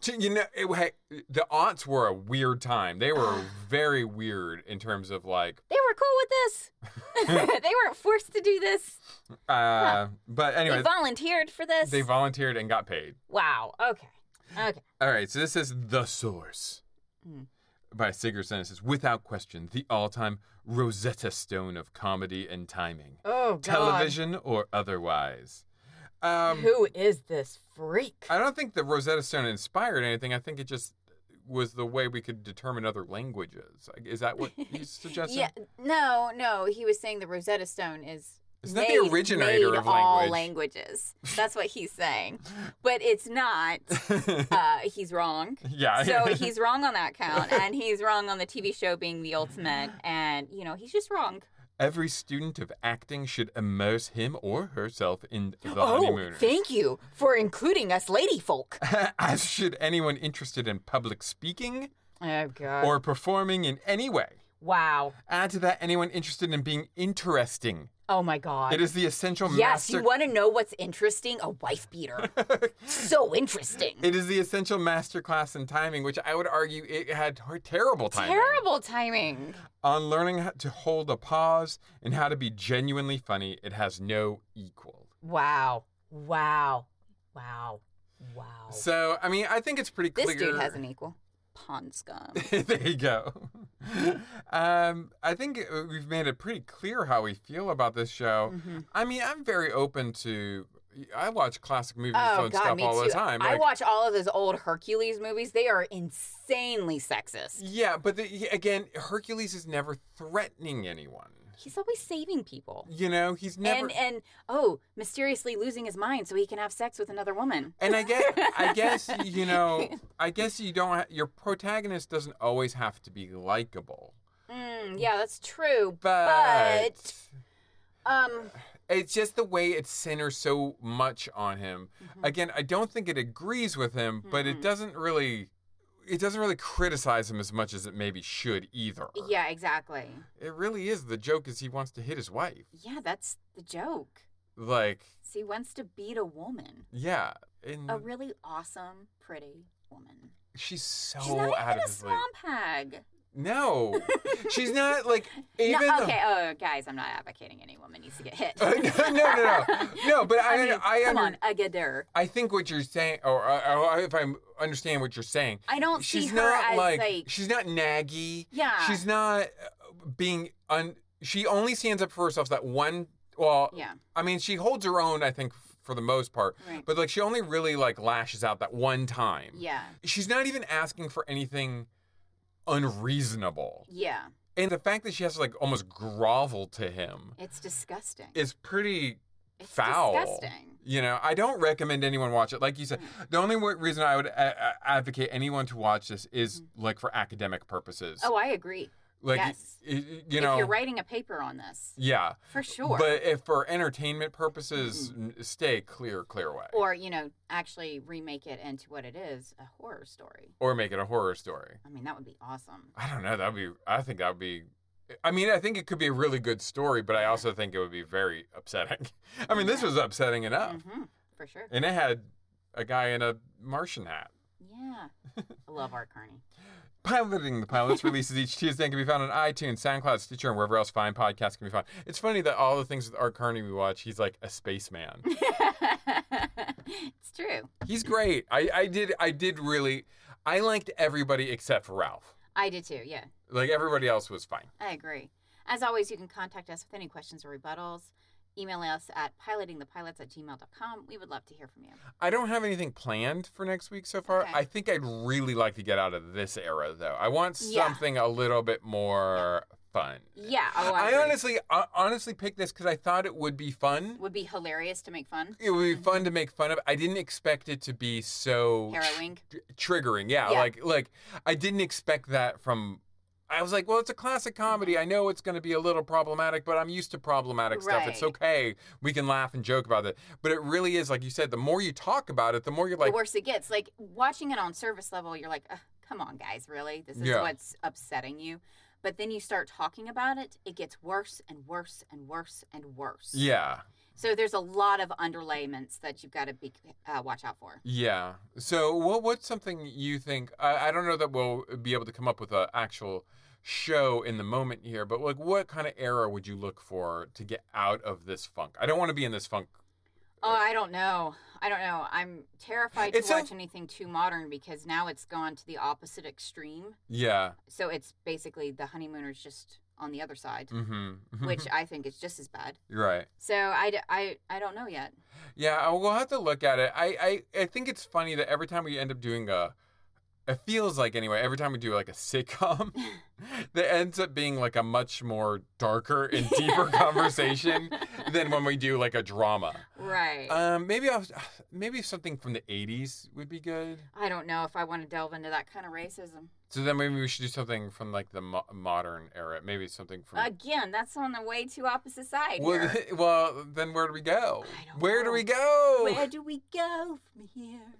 Speaker 3: T- You know, it, wa- the aunts were a weird time. They were very weird in terms of like,
Speaker 2: They were cool with this. they weren't forced to do this.
Speaker 3: uh, but anyway,
Speaker 2: They volunteered for this.
Speaker 3: they volunteered and got paid.
Speaker 2: wow. Okay. Okay.
Speaker 3: All right, so this is The Source
Speaker 2: Hmm.
Speaker 3: by Sigerson. It says, without question, the all time Rosetta Stone of comedy and timing,
Speaker 2: Oh, God.
Speaker 3: television or otherwise. Um,
Speaker 2: Who is this freak?
Speaker 3: I don't think the Rosetta Stone inspired anything. I think it just was the way we could determine other languages. Like, Is that what you suggested?
Speaker 5: Yeah.
Speaker 2: No, no. He was saying the Rosetta Stone is.
Speaker 3: Isn't that
Speaker 2: made,
Speaker 3: the originator
Speaker 2: made
Speaker 3: of
Speaker 2: all
Speaker 3: language?
Speaker 2: languages. That's what he's saying, but it's not. Uh, he's wrong.
Speaker 3: yeah.
Speaker 2: So he's wrong on that count, and he's wrong on the TV show being the ultimate, and you know he's just wrong.
Speaker 3: Every student of acting should immerse him or herself in the honeymooners.
Speaker 2: Oh, you for including us, lady folk.
Speaker 3: As should anyone interested in public speaking
Speaker 2: Oh God!
Speaker 3: or performing in any way.
Speaker 2: wow!
Speaker 3: Add to that anyone interested in being interesting.
Speaker 2: Oh my God!
Speaker 3: It is the essential
Speaker 2: yes,
Speaker 3: master.
Speaker 2: you want to know what's interesting? A wife beater. so interesting.
Speaker 3: it is the essential masterclass in timing, which I would argue it had ter- terrible timing.
Speaker 2: Terrible timing.
Speaker 3: On learning how to hold a pause and how to be genuinely funny, it has no equal.
Speaker 2: Wow! Wow! Wow! Wow!
Speaker 3: So, I mean, I think it's pretty
Speaker 2: Oh. this
Speaker 3: clear.
Speaker 2: dude has an equal. Pond scum.
Speaker 3: there you go. um, I think uh, we've made it pretty clear how we feel about this show.
Speaker 2: Mm-hmm.
Speaker 3: I mean, I'm very open to. I watch classic movies
Speaker 2: Oh
Speaker 3: and
Speaker 2: God,
Speaker 3: stuff
Speaker 2: me
Speaker 3: all
Speaker 2: too.
Speaker 3: the time.
Speaker 2: I
Speaker 3: like-
Speaker 2: watch all of those old Hercules movies. They are insanely sexist.
Speaker 3: Yeah, but the, again, Hercules is never threatening anyone.
Speaker 2: He's always saving people.
Speaker 3: You know, he's never.
Speaker 2: And and oh, mysteriously losing his mind so he can have sex with another woman.
Speaker 3: And I guess, I guess you know, I guess you don't. Ha- your protagonist doesn't always have to be likable,
Speaker 2: Mm, yeah, that's true.
Speaker 3: but,
Speaker 2: um,
Speaker 3: it's just the way it centers so much on him.
Speaker 2: Mm-hmm.
Speaker 3: Again, I don't think it agrees with him, but it doesn't really, it doesn't really criticize him as much as it maybe should either.
Speaker 2: yeah, exactly.
Speaker 3: it really is the joke is he wants to hit his wife.
Speaker 2: Yeah, that's the joke.
Speaker 3: Like,
Speaker 2: So he wants to beat a woman,
Speaker 3: yeah, and
Speaker 5: A
Speaker 2: really awesome, pretty woman.
Speaker 3: she's so
Speaker 5: She's not
Speaker 3: out
Speaker 5: even
Speaker 3: of
Speaker 5: a
Speaker 3: his league.
Speaker 5: swamp hag.
Speaker 3: No, she's not like
Speaker 2: No,
Speaker 3: even.
Speaker 2: okay, oh guys, I'm not advocating any woman needs to get hit.
Speaker 3: The, no, no, no, no. But I, I,
Speaker 2: mean, come
Speaker 3: under-
Speaker 2: on, a gader.
Speaker 3: I think what you're saying, or, or, or if I understand what you're saying,
Speaker 2: I don't see
Speaker 3: she's
Speaker 2: her
Speaker 3: not
Speaker 2: as
Speaker 3: like,
Speaker 2: like,
Speaker 3: she's not naggy.
Speaker 2: Yeah.
Speaker 3: She's not uh, being un. She only stands up for herself that one. Well,
Speaker 2: Yeah.
Speaker 3: I mean, she holds her own. I think f- for the most part,
Speaker 2: Right.
Speaker 3: but like she only really like lashes out that one time.
Speaker 2: yeah,
Speaker 3: She's not even asking for anything unreasonable,
Speaker 2: yeah.
Speaker 3: and the fact that she has to like almost grovel to him
Speaker 2: It's disgusting.
Speaker 3: is pretty
Speaker 2: It's
Speaker 3: foul.
Speaker 2: disgusting.
Speaker 3: You know, I don't recommend anyone watch it. Like you said, the only wa- reason I would a- a- advocate anyone to watch this is like for academic purposes.
Speaker 2: Mm. oh, I agree.
Speaker 3: like y-
Speaker 2: yes.
Speaker 3: y- y- you know,
Speaker 2: if you're writing a paper on this,
Speaker 3: yeah.
Speaker 2: for sure.
Speaker 3: But if for entertainment purposes, n- stay clear, clear away, or,
Speaker 2: or you know, actually remake it into what it is—a horror story.
Speaker 3: make it a horror story.
Speaker 2: I mean, that would be awesome.
Speaker 3: I don't know. That would be. I think that would be. I mean, I think it could be a really good story, but I also think it would be very upsetting. I mean, this was upsetting enough,
Speaker 2: hmm for sure.
Speaker 3: and it had a guy in a Martian hat.
Speaker 2: Yeah, I love Art Carney.
Speaker 3: Piloting the Pilots releases each Tuesday and can be found on iTunes, SoundCloud, Stitcher, and wherever else fine podcasts can be found. It's funny that all the things with Art Carney we watch, he's like a spaceman.
Speaker 2: it's true.
Speaker 3: he's great. I, I did I did really I liked everybody except for Ralph.
Speaker 2: I did too. Yeah,
Speaker 3: Like everybody else was fine.
Speaker 2: I agree. As always, you can contact us with any questions or rebuttals. Email us at pilotingthepilots at gmail.com. We would love to hear from you.
Speaker 3: I don't have anything planned for next week so far.
Speaker 2: Okay.
Speaker 3: I think I'd really like to get out of this era though. I want
Speaker 2: Yeah.
Speaker 3: something a little bit more fun.
Speaker 2: Yeah. Oh, I,
Speaker 3: I,
Speaker 2: agree.
Speaker 3: honestly I honestly picked this cuz I thought it would be fun.
Speaker 2: would be hilarious to make fun.
Speaker 3: It would be fun to make fun of. I didn't expect it to be so
Speaker 2: Harrowing.
Speaker 3: tr- triggering. Yeah,
Speaker 2: Yeah.
Speaker 3: like like I didn't expect that from. I was like, well, it's a classic comedy. I know it's going to be a little problematic, but I'm used to problematic stuff. It's
Speaker 2: Right.
Speaker 3: okay. We can laugh and joke about it. But it really is like you said. The more you talk about it, the more you're like,
Speaker 2: the worse it gets. Like watching it on service level, you're like, Ugh, come on, guys, really? This is
Speaker 3: Yeah.
Speaker 2: what's upsetting you. But then you start talking about it, it gets worse and worse and worse and worse.
Speaker 3: yeah,
Speaker 2: So there's a lot of underlayments that you've got to be uh, watch out for.
Speaker 3: yeah. So what what's something you think? I, I don't know that we'll be able to come up with an actual show in the moment here, but like, what kind of era would you look for to get out of this funk? I don't want to be in this funk
Speaker 2: Oh, I don't know. I don't know. I'm terrified to
Speaker 3: It's so-
Speaker 2: watch anything too modern because now it's gone to the opposite extreme.
Speaker 3: Yeah.
Speaker 2: So it's basically the honeymooners just on the other side,
Speaker 3: Mm-hmm.
Speaker 2: which I think is just as bad.
Speaker 3: right.
Speaker 2: So I, d- I, I don't know yet.
Speaker 3: Yeah, I- we'll have to look at it. I, I I think it's funny that every time we end up doing a, it feels like anyway. Every time we do like a sitcom, that ends up being like a much more darker and deeper conversation than when we do like a drama.
Speaker 2: Right.
Speaker 3: Um, maybe I'll, maybe something from the '80s would be good.
Speaker 2: I don't know if I want to delve into that kind of racism.
Speaker 3: So then maybe we should do something from like the mo- modern era. Maybe something from.
Speaker 2: Again, that's on the way to opposite side.
Speaker 3: well,
Speaker 2: here.
Speaker 3: well, then where do we go?
Speaker 2: I don't
Speaker 3: Where
Speaker 2: know.
Speaker 3: do we go?
Speaker 2: Where do we go from here?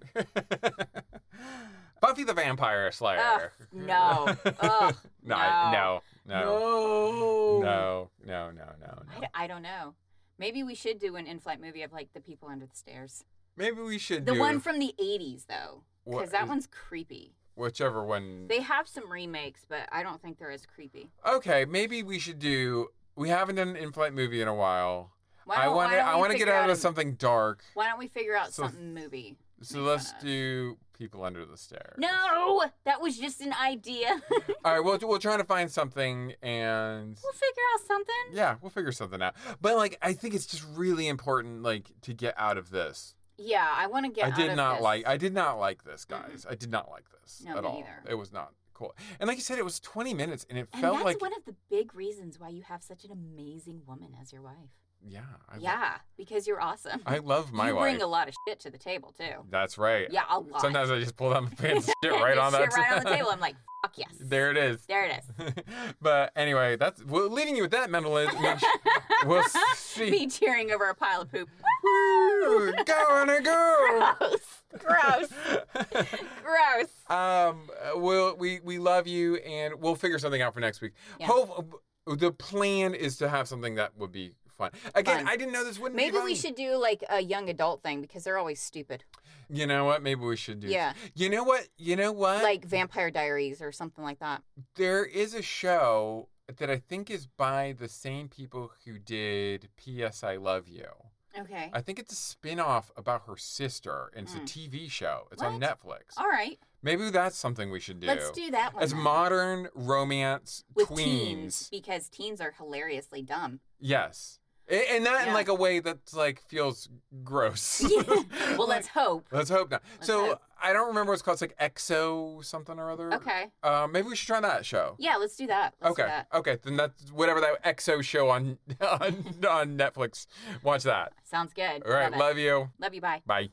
Speaker 3: Buffy the Vampire Slayer.
Speaker 2: Ugh, no. Ugh,
Speaker 3: no, I- no,
Speaker 2: no.
Speaker 3: no,
Speaker 2: No.
Speaker 3: no, no, no, no,
Speaker 2: I,
Speaker 3: no.
Speaker 2: d- I don't know. Maybe we should do an in-flight movie of like the people under the stairs.
Speaker 3: Maybe we should
Speaker 2: The
Speaker 3: do
Speaker 2: one from the '80s though,
Speaker 3: What
Speaker 2: because that
Speaker 3: is-
Speaker 2: one's creepy.
Speaker 3: whichever one.
Speaker 2: They have some remakes, but I don't think they're as creepy.
Speaker 3: Okay, maybe we should do. We haven't done an in-flight movie in a while.
Speaker 2: Why
Speaker 3: I
Speaker 2: don't- why
Speaker 3: want to.
Speaker 2: don't
Speaker 3: I
Speaker 2: we
Speaker 3: want to get
Speaker 2: figure
Speaker 3: out,
Speaker 2: out
Speaker 3: of
Speaker 2: a-
Speaker 3: something dark.
Speaker 2: Why don't we figure out
Speaker 3: So-
Speaker 2: something movie?
Speaker 3: So
Speaker 2: Make fun
Speaker 3: let's
Speaker 2: of.
Speaker 3: do people under the stairs.
Speaker 2: No, that was just an idea. we'll figure
Speaker 3: All right, we'll we'll try to find something and
Speaker 2: out something.
Speaker 3: yeah, we'll figure something out. But like, I think it's just really important like to get out of this.
Speaker 2: Yeah, I want to get.
Speaker 3: I
Speaker 2: out
Speaker 3: did
Speaker 2: of
Speaker 3: not
Speaker 2: this.
Speaker 3: like. I did not like this, guys. I did not like this
Speaker 2: No,
Speaker 3: at
Speaker 2: me
Speaker 3: all.
Speaker 2: neither.
Speaker 3: It was not cool. And like you said, it was 20 minutes, and it
Speaker 2: And
Speaker 3: felt
Speaker 2: that's
Speaker 3: like
Speaker 2: one of the big reasons why you have such an amazing woman as your wife.
Speaker 3: yeah, I, lo-
Speaker 2: yeah, because you're awesome.
Speaker 3: I love my
Speaker 2: you
Speaker 3: wife.
Speaker 2: bring a lot of shit to the table too.
Speaker 3: That's right.
Speaker 2: Yeah, a lot.
Speaker 3: Sometimes I just pull down my pants, and shit right
Speaker 2: Just
Speaker 3: on
Speaker 2: shit
Speaker 3: that.
Speaker 2: right on the table. I'm like, fuck yes.
Speaker 3: there it is.
Speaker 2: There it is.
Speaker 3: but anyway, that's well, leaving you with that mental image. we'll see.
Speaker 2: Me cheering over a pile of poop.
Speaker 3: Woo! go honey, go.
Speaker 2: Gross. Gross. Gross.
Speaker 3: Um, we'll, we we love you, and we'll figure something out for next week.
Speaker 2: Yeah.
Speaker 3: Hope uh, the plan is to have something that would be fun. Again,
Speaker 2: Fun.
Speaker 3: I didn't know this wouldn't. be
Speaker 2: Maybe we
Speaker 3: fun.
Speaker 2: should do like a young adult thing because they're always stupid.
Speaker 3: You know what? Maybe we should do.
Speaker 2: Yeah.
Speaker 3: You know what? You know what?
Speaker 2: Like Vampire Diaries or something like that.
Speaker 3: there is a show that I think is by the same people who did P.S. I Love You.
Speaker 2: Okay.
Speaker 3: I think it's a spin-off about her sister, and it's a TV show. It's on
Speaker 2: Hmm. What?
Speaker 3: Netflix.
Speaker 2: All right.
Speaker 3: Maybe that's something we should do.
Speaker 2: Let's do that one.
Speaker 3: As
Speaker 2: then.
Speaker 3: modern romance
Speaker 2: with
Speaker 3: tweens.
Speaker 2: teens because teens are hilariously dumb.
Speaker 3: Yes. A- And not in
Speaker 2: Yeah.
Speaker 3: like a way that's like feels gross.
Speaker 2: well, let's hope.
Speaker 3: Let's hope not.
Speaker 2: Let's
Speaker 3: so
Speaker 2: hope.
Speaker 3: I don't remember what's called. It's like EXO something or other.
Speaker 2: Okay.
Speaker 3: Uh, maybe we should try that show.
Speaker 2: Yeah, let's do that. Let's
Speaker 3: okay.
Speaker 2: do that.
Speaker 3: Okay. Then that's whatever that EXO show on on, on Netflix. Watch that.
Speaker 2: Sounds good.
Speaker 3: All right.
Speaker 2: Love, it.
Speaker 3: love you.
Speaker 2: Love you. Bye.
Speaker 3: Bye.